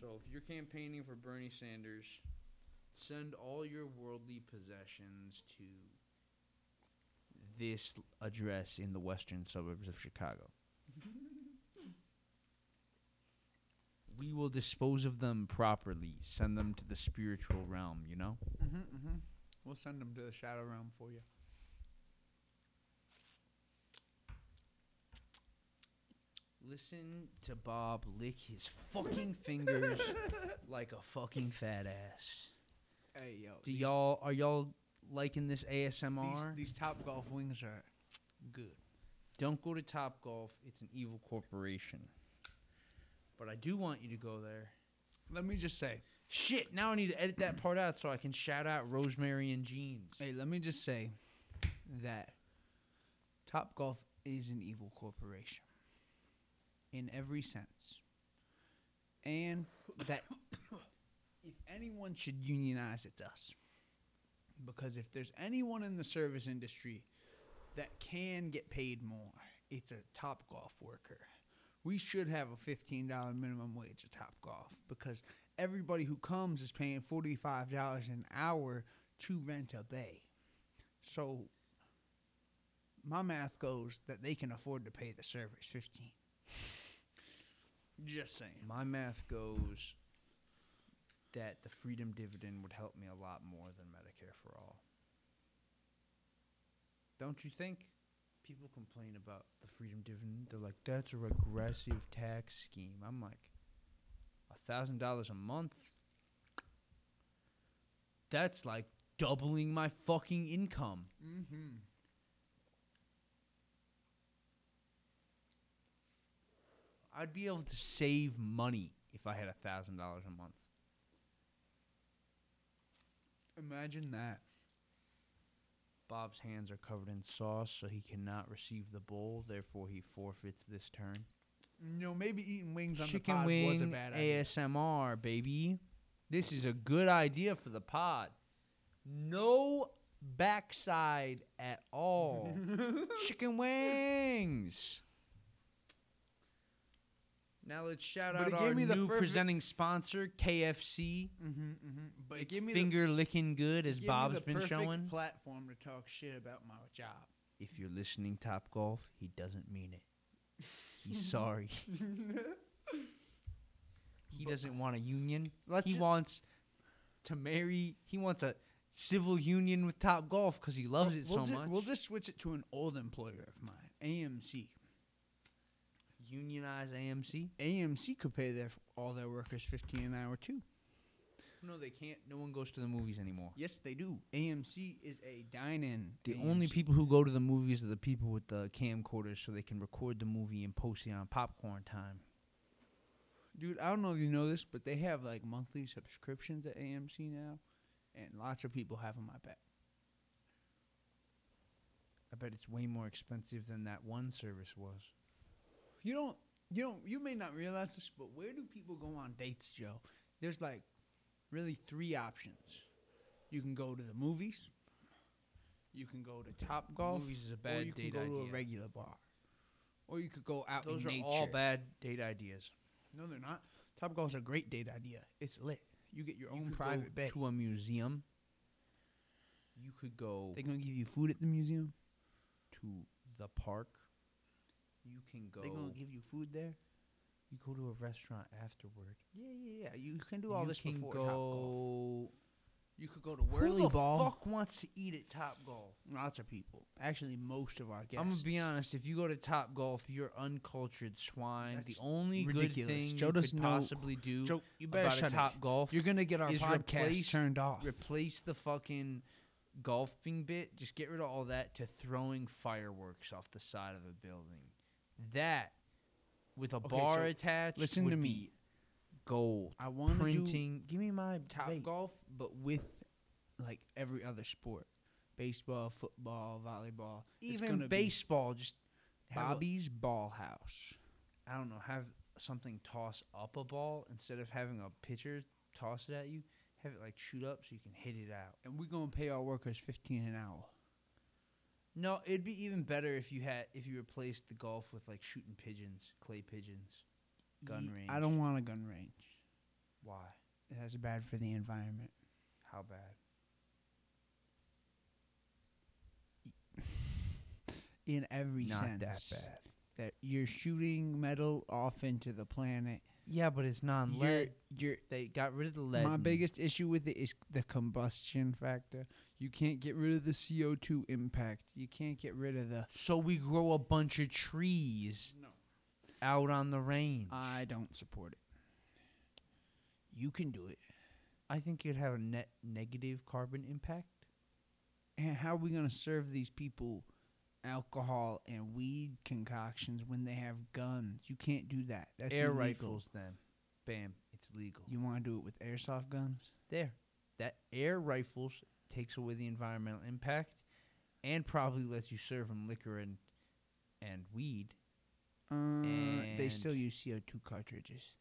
So if you're campaigning for Bernie Sanders, send all your worldly possessions to this l- address in the western suburbs of Chicago. we will dispose of them properly, send them to the spiritual realm, you know?
Mm-hmm, mm-hmm. We'll send him to the Shadow Realm for you.
Listen to Bob lick his fucking fingers like a fucking fat ass.
Hey yo,
Do
these-
y'all are y'all liking this
these,
ASMR?
these Top Golf wings are good.
Don't go to Top Golf. It's an evil corporation. But I do want you to go there.
Let me just say,
Shit, now I need to edit that part out so I can shout out Rosemary and Jeans.
hey, let me just say that Top Golf is an evil corporation in every sense, and that if anyone should unionize, it's us. Because if there's anyone in the service industry that can get paid more, it's a Top Golf worker. We should have a $15 minimum wage at Top Golf because everybody who comes is paying $45 an hour to rent a bay. So my math goes that they can afford to pay the servers 15. Just saying.
My math goes that the freedom dividend would help me a lot more than Medicare for all. Don't you think? People complain about the freedom dividend. They're like, that's a regressive tax scheme. I'm like, a thousand dollars a month. That's like doubling my fucking income.
Mhm.
I'd be able to save money if I had a thousand dollars a month.
Imagine that.
Bob's hands are covered in sauce, so he cannot receive the bowl. Therefore, he forfeits this turn.
You know, maybe eating wings on the
Chicken
pod
wing
was a bad idea.
ASMR, baby. This is a good idea for the pod. No backside at all. Chicken wings. Now let's shout
But
out
it gave
our
me the
new
perfect-
presenting sponsor, KFC.
Mm-hmm, mm-hmm. But it
It's
gave me the
finger licking good as
gave me
Bob's
the
been
perfect
showing.
platform to talk shit about my job.
if you're listening, Top Golf, he doesn't mean it. He's sorry. He
But-
doesn't want a union.
Let's
he
ju-
wants to marry. He wants a civil union with Top Golf because he loves
we'll,
it
we'll
so
ju-
much.
We'll just switch it to an old employer of mine, AMC.
Unionize AMC.
AMC could pay their all their workers fifteen an hour too.
No, they can't. No one goes to the movies anymore.
Yes, they do. AMC is a dine-in.
The only
AMC.
people who go to the movies are the people with the camcorders so they can record the movie and post it on popcorn time.
dude, I don't know if you know this, but they have like monthly subscriptions at AMC now, and lots of people have them. I bet.
I bet it's way more expensive than that one service was.
You don't. You don't. You may not realize this, but where do people go on dates, Joe? There's like really three options. You can go to the movies. You can go to Top Golf.
movies is a
or
bad
you
date
can go to
idea.
a regular bar. Or you could go out
Those
in
are
nature.
all bad date ideas.
No, they're not. Top Golf's a great date idea. It's lit. You get your
You
own
could
private
go
bed.
to a museum. You could go
They're gonna give you food at the museum.
to the park. You can go.
They're gonna give you food there.
you go to a restaurant afterward.
Yeah, yeah, yeah. Uh, You can do all
you
this
can
before
go.
Top Golf. You could go to
Who
Whirly
the
Ball.
fuck wants to eat at Top Golf?
Lots of people. Actually, most of our guests.
I'm gonna be honest. If you go to Top Golf, you're uncultured swine. the
That's
only good
ridiculous.
thing
Joe
you
doesn't
could
know
possibly do
Joe, you better
about a
shut
Top
top
Golf,
You're gonna get our
is
podcast
replace-
turned off.
replace the fucking golfing bit. Just get rid of all that to throwing fireworks off the side of a building. That with a
Okay,
bar
so
attached.
listen
would
to
be
me.
Gold
I want to do
printing. Give me my
top
bait.
golf, but with like every other sport, baseball, football, volleyball, It's gonna
Even
be
baseball, just have a-
Bobby's Ball House.
I don't know, have something toss up a ball instead of having a pitcher toss it at you. Have it like shoot up so you can hit it out.
and we're gonna pay our workers fifteen an hour.
No, it'd be even better if you had if you replaced the golf with like shooting pigeons, clay pigeons. Gun
Ye- I
range.
don't want a gun range.
Why?
That's bad for the environment.
How bad?
In every
Not
sense,
that bad.
That you're shooting metal off into the planet.
Yeah, but it's non
You're,
lead.
you're
They got rid of the lead.
my
and-
biggest issue with it is the combustion factor. You can't get rid of the CO2 impact. You can't get rid of the.
So we grow a bunch of trees
No.
out on the range.
I don't support it. You can do it.
I think you'd have a net negative carbon impact.
And how are we gonna serve these people alcohol and weed concoctions when they have guns? You can't do that. That's
Air
illegal.
rifles, then, bam, it's legal.
You want to do it with airsoft guns?
there. That air rifles takes away the environmental impact, and probably lets you serve them liquor and and weed.
Uh, they
And-
still use CO2 cartridges,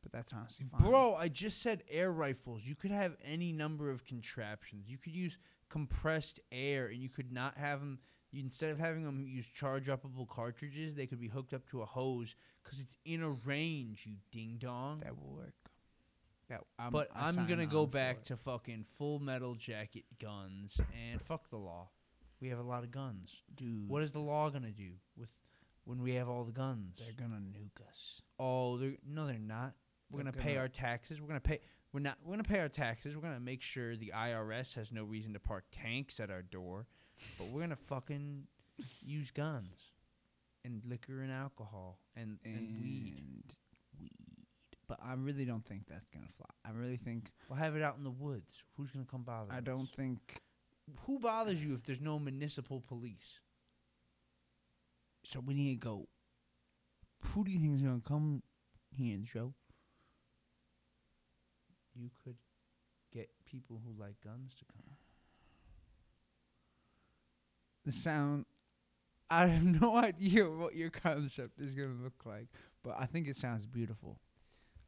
but that's honestly fine.
Bro, I just said air rifles. You could have any number of contraptions. You could use compressed air, and you could not have them. You, instead of having them use charge uppable cartridges, they could be hooked up to a hose because it's in a range. You ding dong.
that will work. That, I'm,
But
I
I'm gonna
sign
go
on for
back
it.
to fucking full metal jacket guns and fuck the law. We have a lot of guns.
dude.
What is the law gonna do with when we have all the guns?
they're gonna nuke us?
oh, they're no, they're not. We're
They're
gonna, pay
gonna-
our taxes. We're gonna pay. We're not. We're gonna pay our taxes. We're gonna make sure the IRS has no reason to park tanks at our door, but we're gonna fucking use guns and liquor and alcohol and and, weed.
And weed. But I really don't think that's gonna fly. I really think
We'll have it out in the woods. Who's gonna come bother?
I
us?
don't think
Who bothers you if there's no municipal police?
so. We need to go. Who do you think is gonna come here, Joe?
You could get people who like guns to come.
the sound. I have no idea what your concept is going to look like, but I think it sounds beautiful.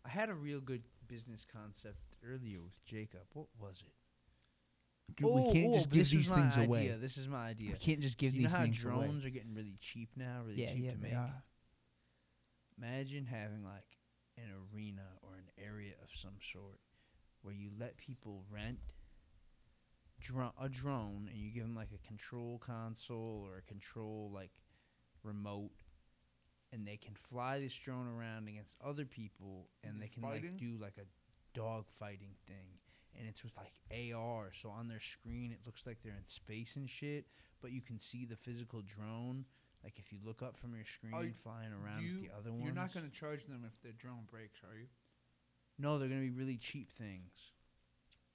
I had a real good business concept earlier with Jacob. What was it? Oh,
Dude, we can't just give
this was
these
my
things
idea.
away.
This is my idea.
We can't just give
you know
these
how
things away.
drones are getting really cheap now, really
yeah,
cheap
yeah,
to
they
make.
are.
Imagine having like an arena or an area of some sort where you let people rent dro- a drone and you give them like a control console or a control like remote and they can fly this drone around against other people and they can
Mm-hmm. Fighting?
like do like a dog fighting thing and it's with like AR so on their screen it looks like they're in space and shit but you can see the physical drone like if you look up from your screen
you-
flying around
you-
with the other ones
You're not going to charge them if their drone breaks, are you?
no they're going to be really cheap things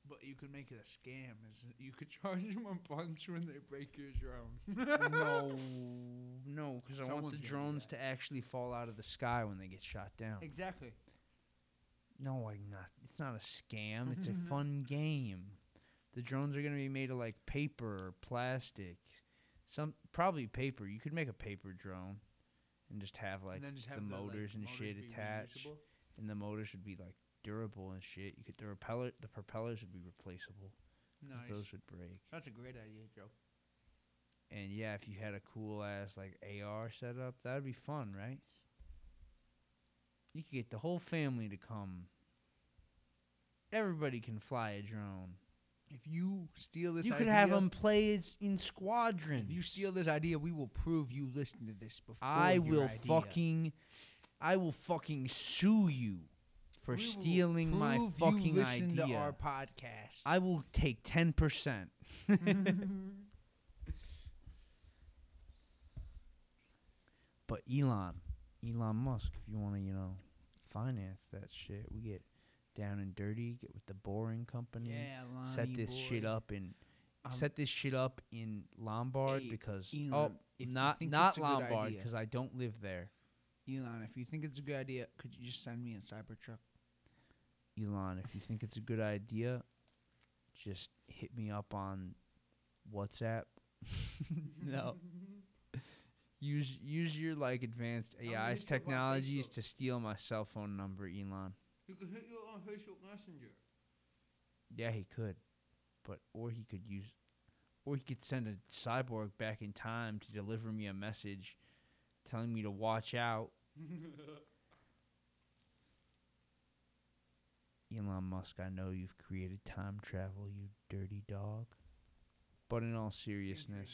But you could make it a scam. Is You could charge them a bunch when they break your drone.
no, no, because I want
Someone's gonna
the
do
drones
that.
to actually fall out of the sky when they get shot down.
Exactly.
No, I'm not. It's not a scam. It's a fun game. The drones are gonna be made of like paper or plastic, some probably paper. You could make a paper drone, and just have like,
and then just have
the motors
like,
and shit
be
attached.
reusable.
and the motors would be like durable and shit. You could the repeller, the propellers would be replaceable. 'cause
Nice.
Those would break.
That's a great idea, Joe.
And yeah, if you had a cool ass like AR setup, that'd be fun, right? You could get the whole family to come. Everybody can fly a drone.
If you steal this,
you could
idea,
have them play it in squadrons.
If you steal this idea, we will prove you listened to this before.
I
your
will
idea.
fucking, I will fucking sue you for
We will
stealing my
prove
fucking
you listened
idea.
to our podcast.
I will take ten percent. But Elon, Elon Musk, if you want to, you know, finance that shit, we get down and dirty, get with the boring company,
yeah, Lonnie
set this
boy.
shit up in,
Um,
set this shit up in Lombard
hey,
because oh,
Elon, if you
not
think
not
it's a good
Lombard
idea-
because I don't live there.
Elon, if you think it's a good idea, could you just send me a Cybertruck?
Elon, if you think it's a good idea, just hit me up on WhatsApp. no. Use use your like advanced
me
AI's
hit you up on
technologies
Facebook.
to steal my cell phone number, Elon.
You can hit you on Facebook Messenger.
Yeah, he could, but or he could use, or he could send a cyborg back in time to deliver me a message, telling me to watch out. Elon Musk, I know you've created time travel, you dirty dog. But in all seriousness,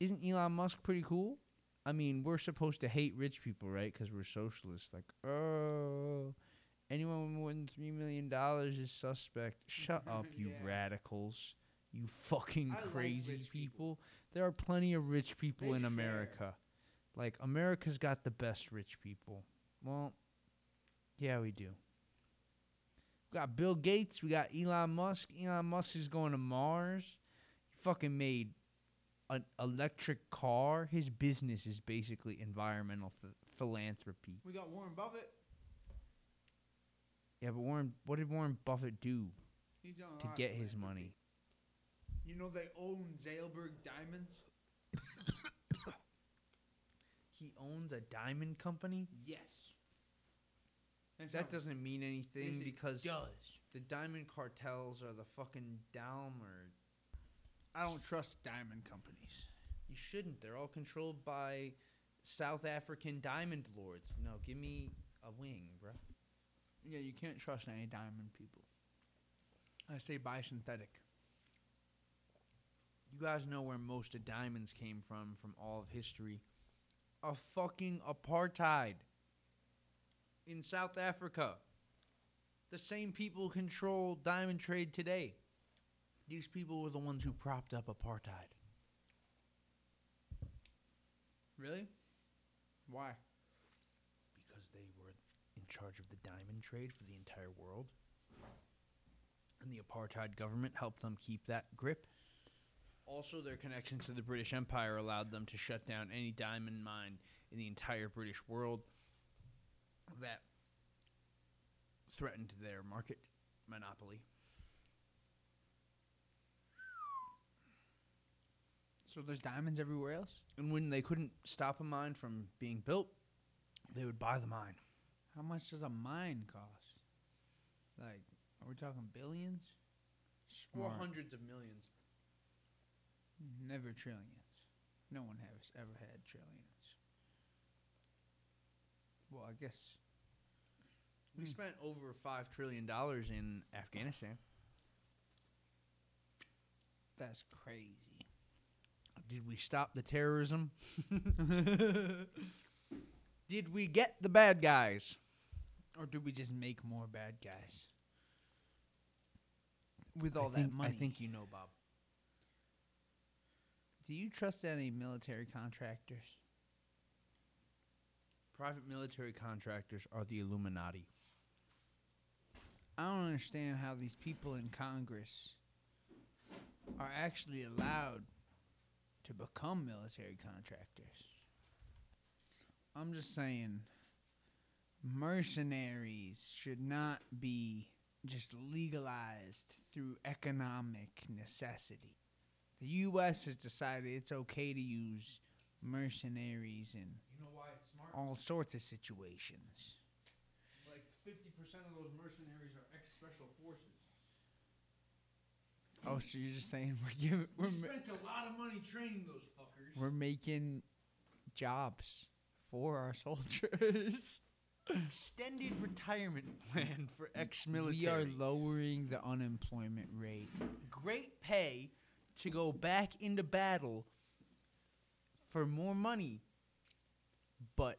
isn't Elon Musk pretty cool? I mean, we're supposed to hate rich people, right? Because we're socialists. Like, oh, anyone with more than three million dollars is suspect. Shut up, you
Yeah.
radicals! You fucking
I like
crazy
rich
people.
people.
There are plenty of rich people
They
in
share.
America. Like, America's got the best rich people. Well, yeah, we do. We got Bill Gates. We got Elon Musk. Elon Musk is going to Mars. He fucking made an electric car. His business is basically environmental ph- philanthropy.
We got Warren Buffett.
Yeah, but Warren, what did Warren Buffett do
He's done a
to
Uh,
lot
get
for
his
philanthropy.
money?
You know they own Zalberg Diamonds.
He owns a diamond company.
Yes. That's
That
not-
doesn't mean anything
Yes, it
because
does.
the diamond cartels are the fucking Dahmer.
I don't trust diamond companies.
You shouldn't. They're all controlled by South African diamond lords. No, give me a wing, bro.
Yeah, you can't trust any diamond people. I say buy synthetic.
You guys know where most of diamonds came from from all of history. A fucking apartheid in South Africa. The same people control diamond trade today. These people were the ones who propped up apartheid.
Really? Why?
because they were in charge of the diamond trade for the entire world. And the apartheid government helped them keep that grip. Also, their connections to the British Empire allowed them to shut down any diamond mine in the entire British world that threatened their market monopoly.
So there's diamonds everywhere else?
And when they couldn't stop a mine from being built, they would buy the mine.
How much does a mine cost? Like, are we talking billions?
Or
Smart.
hundreds of millions.
Mm, Never trillions. No one has ever had trillions. Well, I guess
We
Hmm.
spent over five trillion dollars in Afghanistan.
that's crazy.
Did we stop the terrorism? Did we get the bad guys?
Or do we just make more bad guys with all
I
that
think-
money?
I think you know, Bob.
Do you trust any military contractors?
Private military contractors are the Illuminati.
I don't understand how these people in Congress are actually allowed to become military contractors. I'm just saying, mercenaries should not be just legalized through economic necessity. The U.S. has decided it's okay to use mercenaries in
You know why it's smart?
all sorts of situations.
Like 50% of those mercenaries are ex-special forces.
Oh, so you're just saying we're giving
We
we're, ma-
spent a lot of money training those fuckers.
we're making jobs for our soldiers.
Extended retirement plan for
we are lowering the unemployment rate.
Great pay to go back into battle for more money, but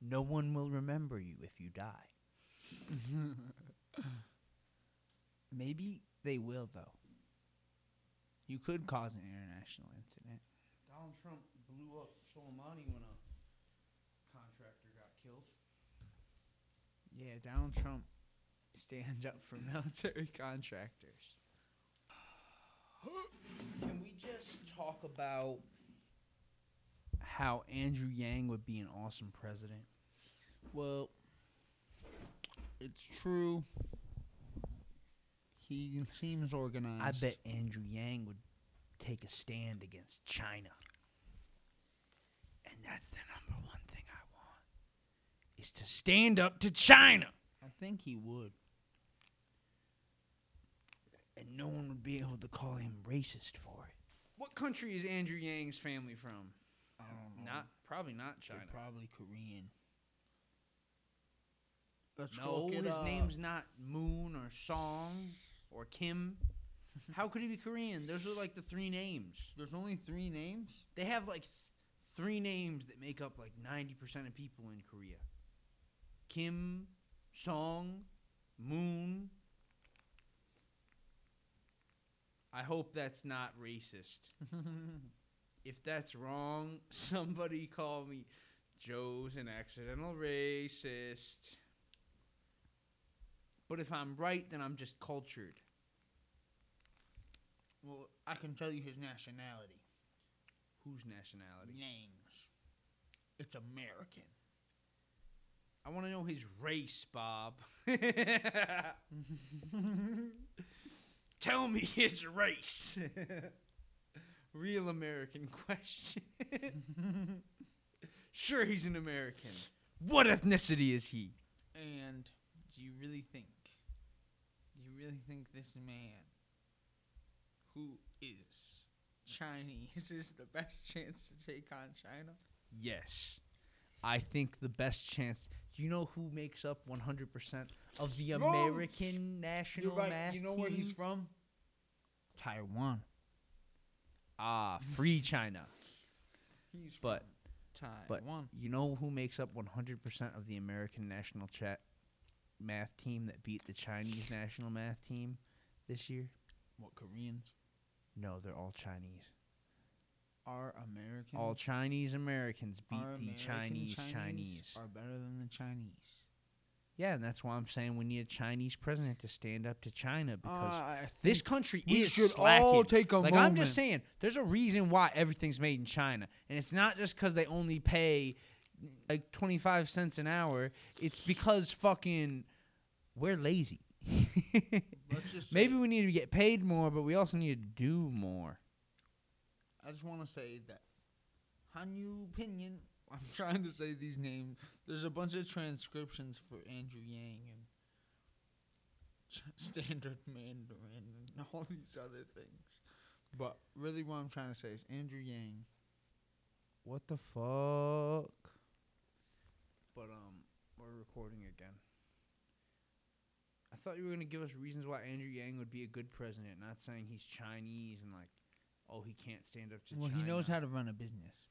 no one will remember you if you die.
Maybe they will though. You could cause an international incident.
Donald Trump blew up Soleimani when a contractor got killed.
Yeah, Donald Trump stands up for military contractors.
Can we just talk about how Andrew Yang would be an awesome president?
Well, it's true. He seems organized.
I bet Andrew Yang would take a stand against China. And that's the number one thing I want is to stand up to China.
I think he would.
And no one would be able to call him racist for it. What country is Andrew Yang's family from?
I don't know.
Not probably not
Oh. They're
China.
probably Korean. Let's
No, his
uh,
name's not Moon or Song or Kim. How could he be Korean? Those are like the three names.
There's only three names.
They have like th- three names that make up like 90% of people in Korea Kim, Song, Moon. I hope that's not racist. If that's wrong, somebody call me Joe's an accidental racist. But if I'm right, then I'm just cultured.
well, I can tell you his nationality.
Whose nationality?
Names. It's American.
I want to know his race, Bob. Tell me his race. Real American question. sure, he's an American. What ethnicity is he?
and do you really think? Do you really think this man, who is Chinese, is the best chance to take on China?
Yes. I think the best chance. Do you know who makes up 100% of the
Wrong.
American national math team?
from? Taiwan.
Ah, free China.
He's from
But- but-
Taiwan.
You know who makes up 100% of the American national chat math team that beat the Chinese national math team this year?
what Koreans
No, they're all Chinese.
are American?
All Chinese Americans beat
are
the
American
Chinese Chinese.
are better than the Chinese
Yeah, and that's why I'm saying we need a Chinese president to stand up to China because
I
this
think
country
Ah. we
is
should
slacking.
all take a
like
moment.
I'm just saying, there's a reason why everything's made in China, and it's not just because they only pay like 25 cents an hour. It's because fucking we're lazy.
Let's just
Maybe
say-
we need to get paid more, but we also need to do more.
I just want to say that Hanyu Pinyin. I'm trying to say these names. There's a bunch of transcriptions for Andrew Yang and Ch- Standard Mandarin and all these other things. But really, what I'm trying to say is Andrew Yang
What the fuck? but um, we're recording again. I thought you were gonna give us reasons why Andrew Yang would be a good president. Not saying he's Chinese and like, oh, he can't stand up to
Well,
China.
he knows how to run a business.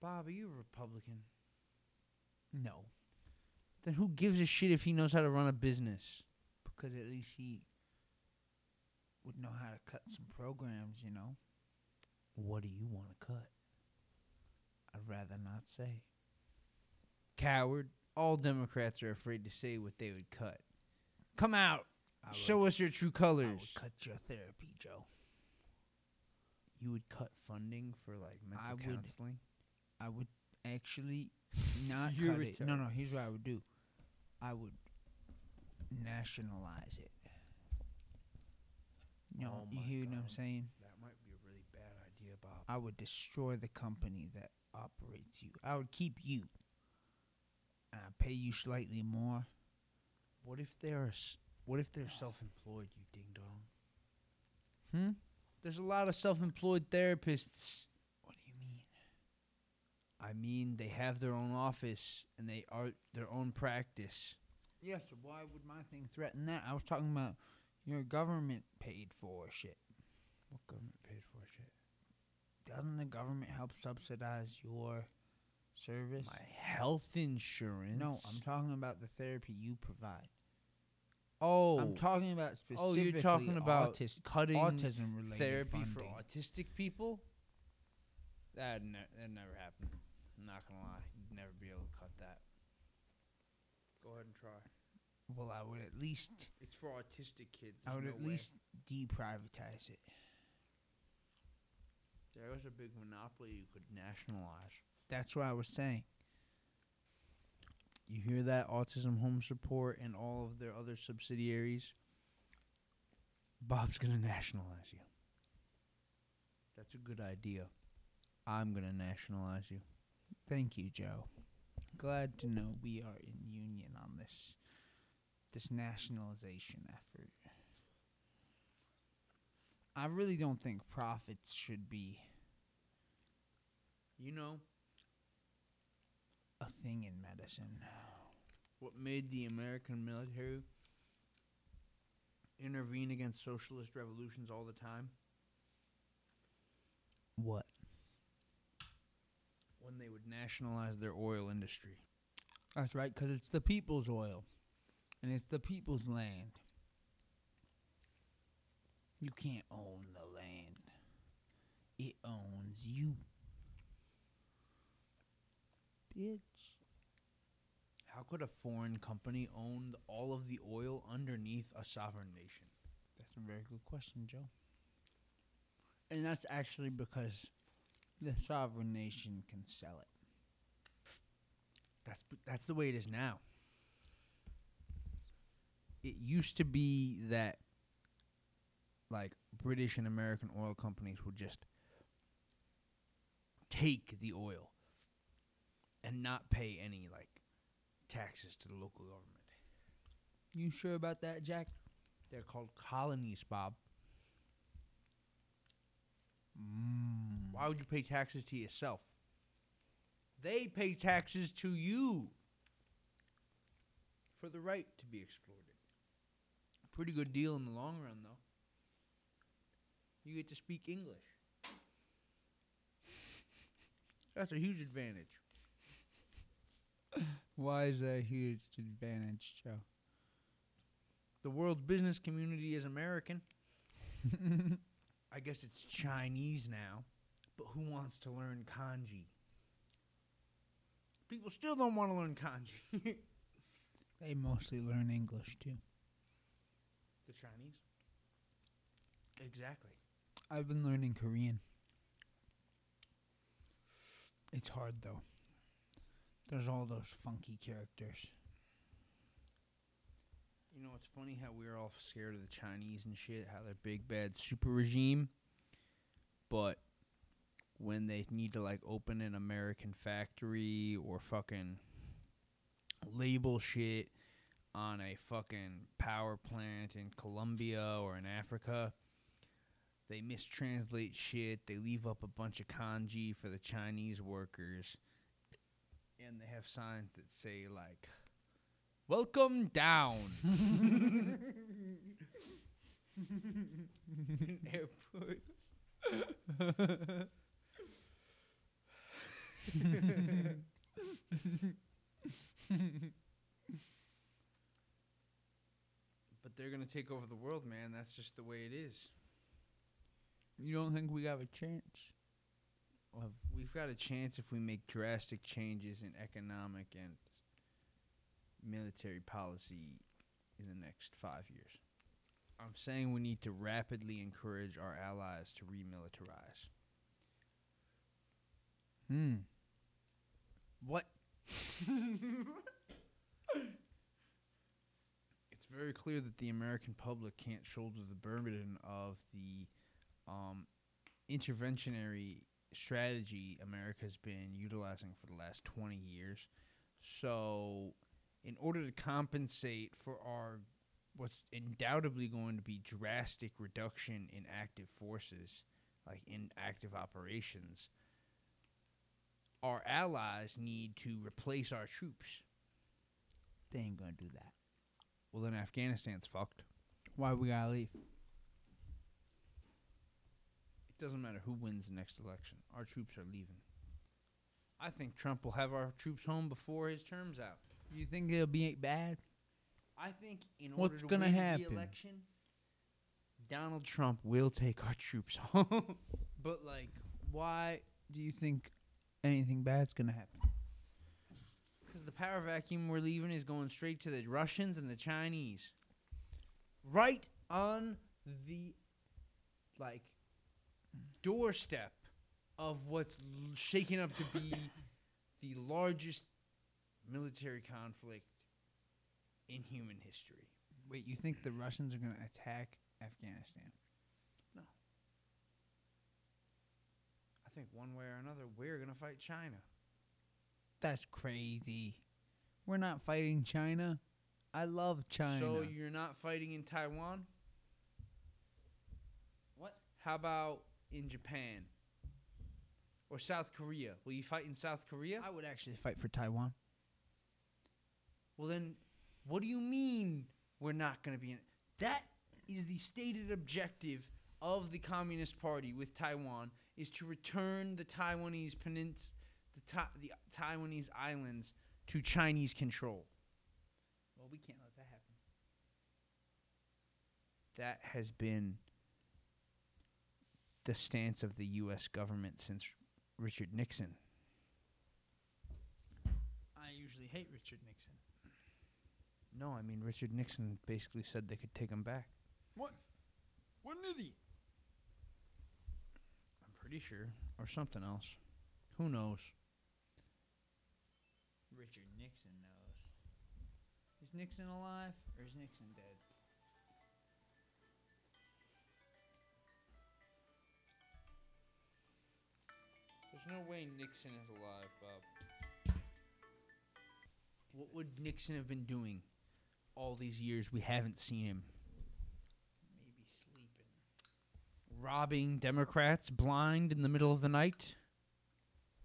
Bob, are you a Republican?
No. Then who gives a shit if he knows how to run a business? Because at least he would know how to cut some programs, you know?
What do you want to cut?
I'd rather not say.
Coward. All Democrats are afraid to say what they would cut.
Come out!
I
Show us your true colors.
I would cut your therapy, Joe. You would cut funding for like mental
I would-
counseling.
I would actually not
You're
cut it. No,
retarded.
no. Here's what I would do. I would nationalize it. You know,
Oh
you
my
hear what I'm
God.
saying?
That might be a really bad idea, Bob.
I would destroy the company that operates you. I would keep you. And
uh,
I pay you slightly more.
What if they're s- what if they're self-employed? You ding dong.
Hmm?
There's a lot of self-employed therapists.
What do you mean?
I mean, they have their own office and they are their own practice.
Yeah, so why would my thing threaten that? I was talking about your government paid for shit.
What government paid for shit?
Doesn't the government help subsidize your service?
My health insurance.
No, I'm talking about the therapy you provide.
oh,
I'm talking about
oh,
specifically
you're talking about
autis-
cutting
autism related
therapy
funding.
for autistic people. That ne- that never happened. I'm not gonna lie, you'd never be able to cut that. Go ahead and try.
Well, I would at least
It's for autistic kids.
I would
there's
at
no way.
least deprivatize it.
there was a big monopoly you could nationalize.
That's what I was saying.
You hear that autism home support and all of their other subsidiaries. Bob's gonna nationalize you. That's a good idea. I'm gonna nationalize you.
Thank you, Joe. Glad to know we are in union on this this nationalization effort. I really don't think profits should be
You know
a thing in medicine.
what made the American military intervene against socialist revolutions all the time
What?
when they would nationalize their oil industry.
That's right, because it's the people's oil, and it's the people's land. You can't own the land; it owns you, bitch.
How could a foreign company own all of the oil underneath a sovereign nation?
That's a very good question, Joe. And that's actually because the sovereign nation can sell it.
That's that's the way it is now. It used to be that like British and American oil companies would just take the oil and not pay any like taxes to the local government.
You sure about that, Jack?
They're called colonies, Bob.
Mm.
Why would you pay taxes to yourself? They pay taxes to you for the right to be exploited. Pretty good deal in the long run, though. You get to speak English. That's a huge advantage.
Why is that a huge advantage, Joe?
The world's business community is American. I guess it's Chinese now, but who wants to learn kanji? People still don't want to learn kanji.
they mostly learn English too.
The Chinese? Exactly.
I've been learning Korean. It's hard though. There's all those funky characters.
You know, it's funny how we're all scared of the Chinese and shit, how they're big, bad, super regime. But when they need to, like, open an American factory or fucking label shit on a fucking power plant in Colombia or in Africa, they mistranslate shit. They leave up a bunch of kanji for the Chinese workers. and they have signs that say like, "Welcome down." Airports. but they're gonna take over the world, man. That's just the way it is.
You don't think we have a chance?
Well, We've got a chance if we make drastic changes in economic and military policy in the next five years. I'm saying we need to rapidly encourage our allies to remilitarize.
Hmm.
What? it's very clear that the American public can't shoulder the burden of the um, interventionary strategy America's been utilizing for the last 20 years. So, in order to compensate for our what's undoubtedly going to be drastic reduction in active forces, like in active operations, our allies need to replace our troops.
They ain't gonna do that.
Well, then Afghanistan's fucked.
Why we gotta leave?
It doesn't matter who wins the next election. Our troops are leaving. I think Trump will have our troops home before his term's out.
You think it'll be bad?
I think in
What's
order to
gonna
win
happen?
the election, Donald Trump will take our troops home.
But like, why do you think anything bad's gonna happen?
Because the power vacuum we're leaving is going straight to the Russians and the Chinese. Right on the, like, doorstep of what's l- shaking up to be the largest military conflict in human history.
Wait, you think the Russians are gonna attack Afghanistan?
I think one way or another, we're going to fight China.
That's crazy. We're not fighting China. I love China.
So you're not fighting in Taiwan? What? How about in Japan? Or South Korea? Will you fight in South Korea?
I would actually fight for Taiwan.
Well, then, what do you mean we're not going to be in? That is the stated objective of the Communist Party with Taiwan is to return the Taiwanese penins, the, Ta- the Taiwanese islands to Chinese control.
Well, we can't let that happen.
That has been the stance of the U.S. government since Richard Nixon.
I usually hate Richard Nixon.
No, I mean Richard Nixon basically said they could take them back.
What an idiot!
I'm pretty sure, or something else. Who knows?
Richard Nixon knows. Is Nixon alive or is Nixon dead?
There's no way Nixon is alive, Bob. What would Nixon have been doing all these years we haven't seen him?
Maybe sleeping.
Robbing Democrats blind in the middle of the night?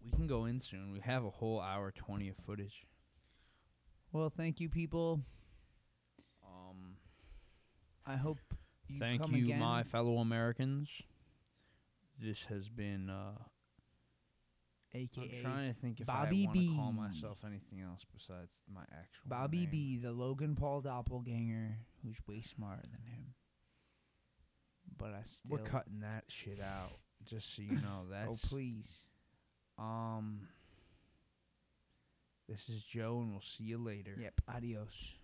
We can go in soon. We have a whole hour 20 of footage.
Well, thank you, people.
Um,
I hope you
thank
come
you,
again.
my fellow Americans. This has been. Uh, I'm
AKA
trying to think if
Bobby
I want to call
B.
myself anything else besides my actual
Bobby
name.
B, the Logan Paul doppelganger, who's way smarter than him. But I still.
We're cutting that shit out, just so you know. That's
oh please.
um. This is Joe, and we'll see you later.
Yep. Adios.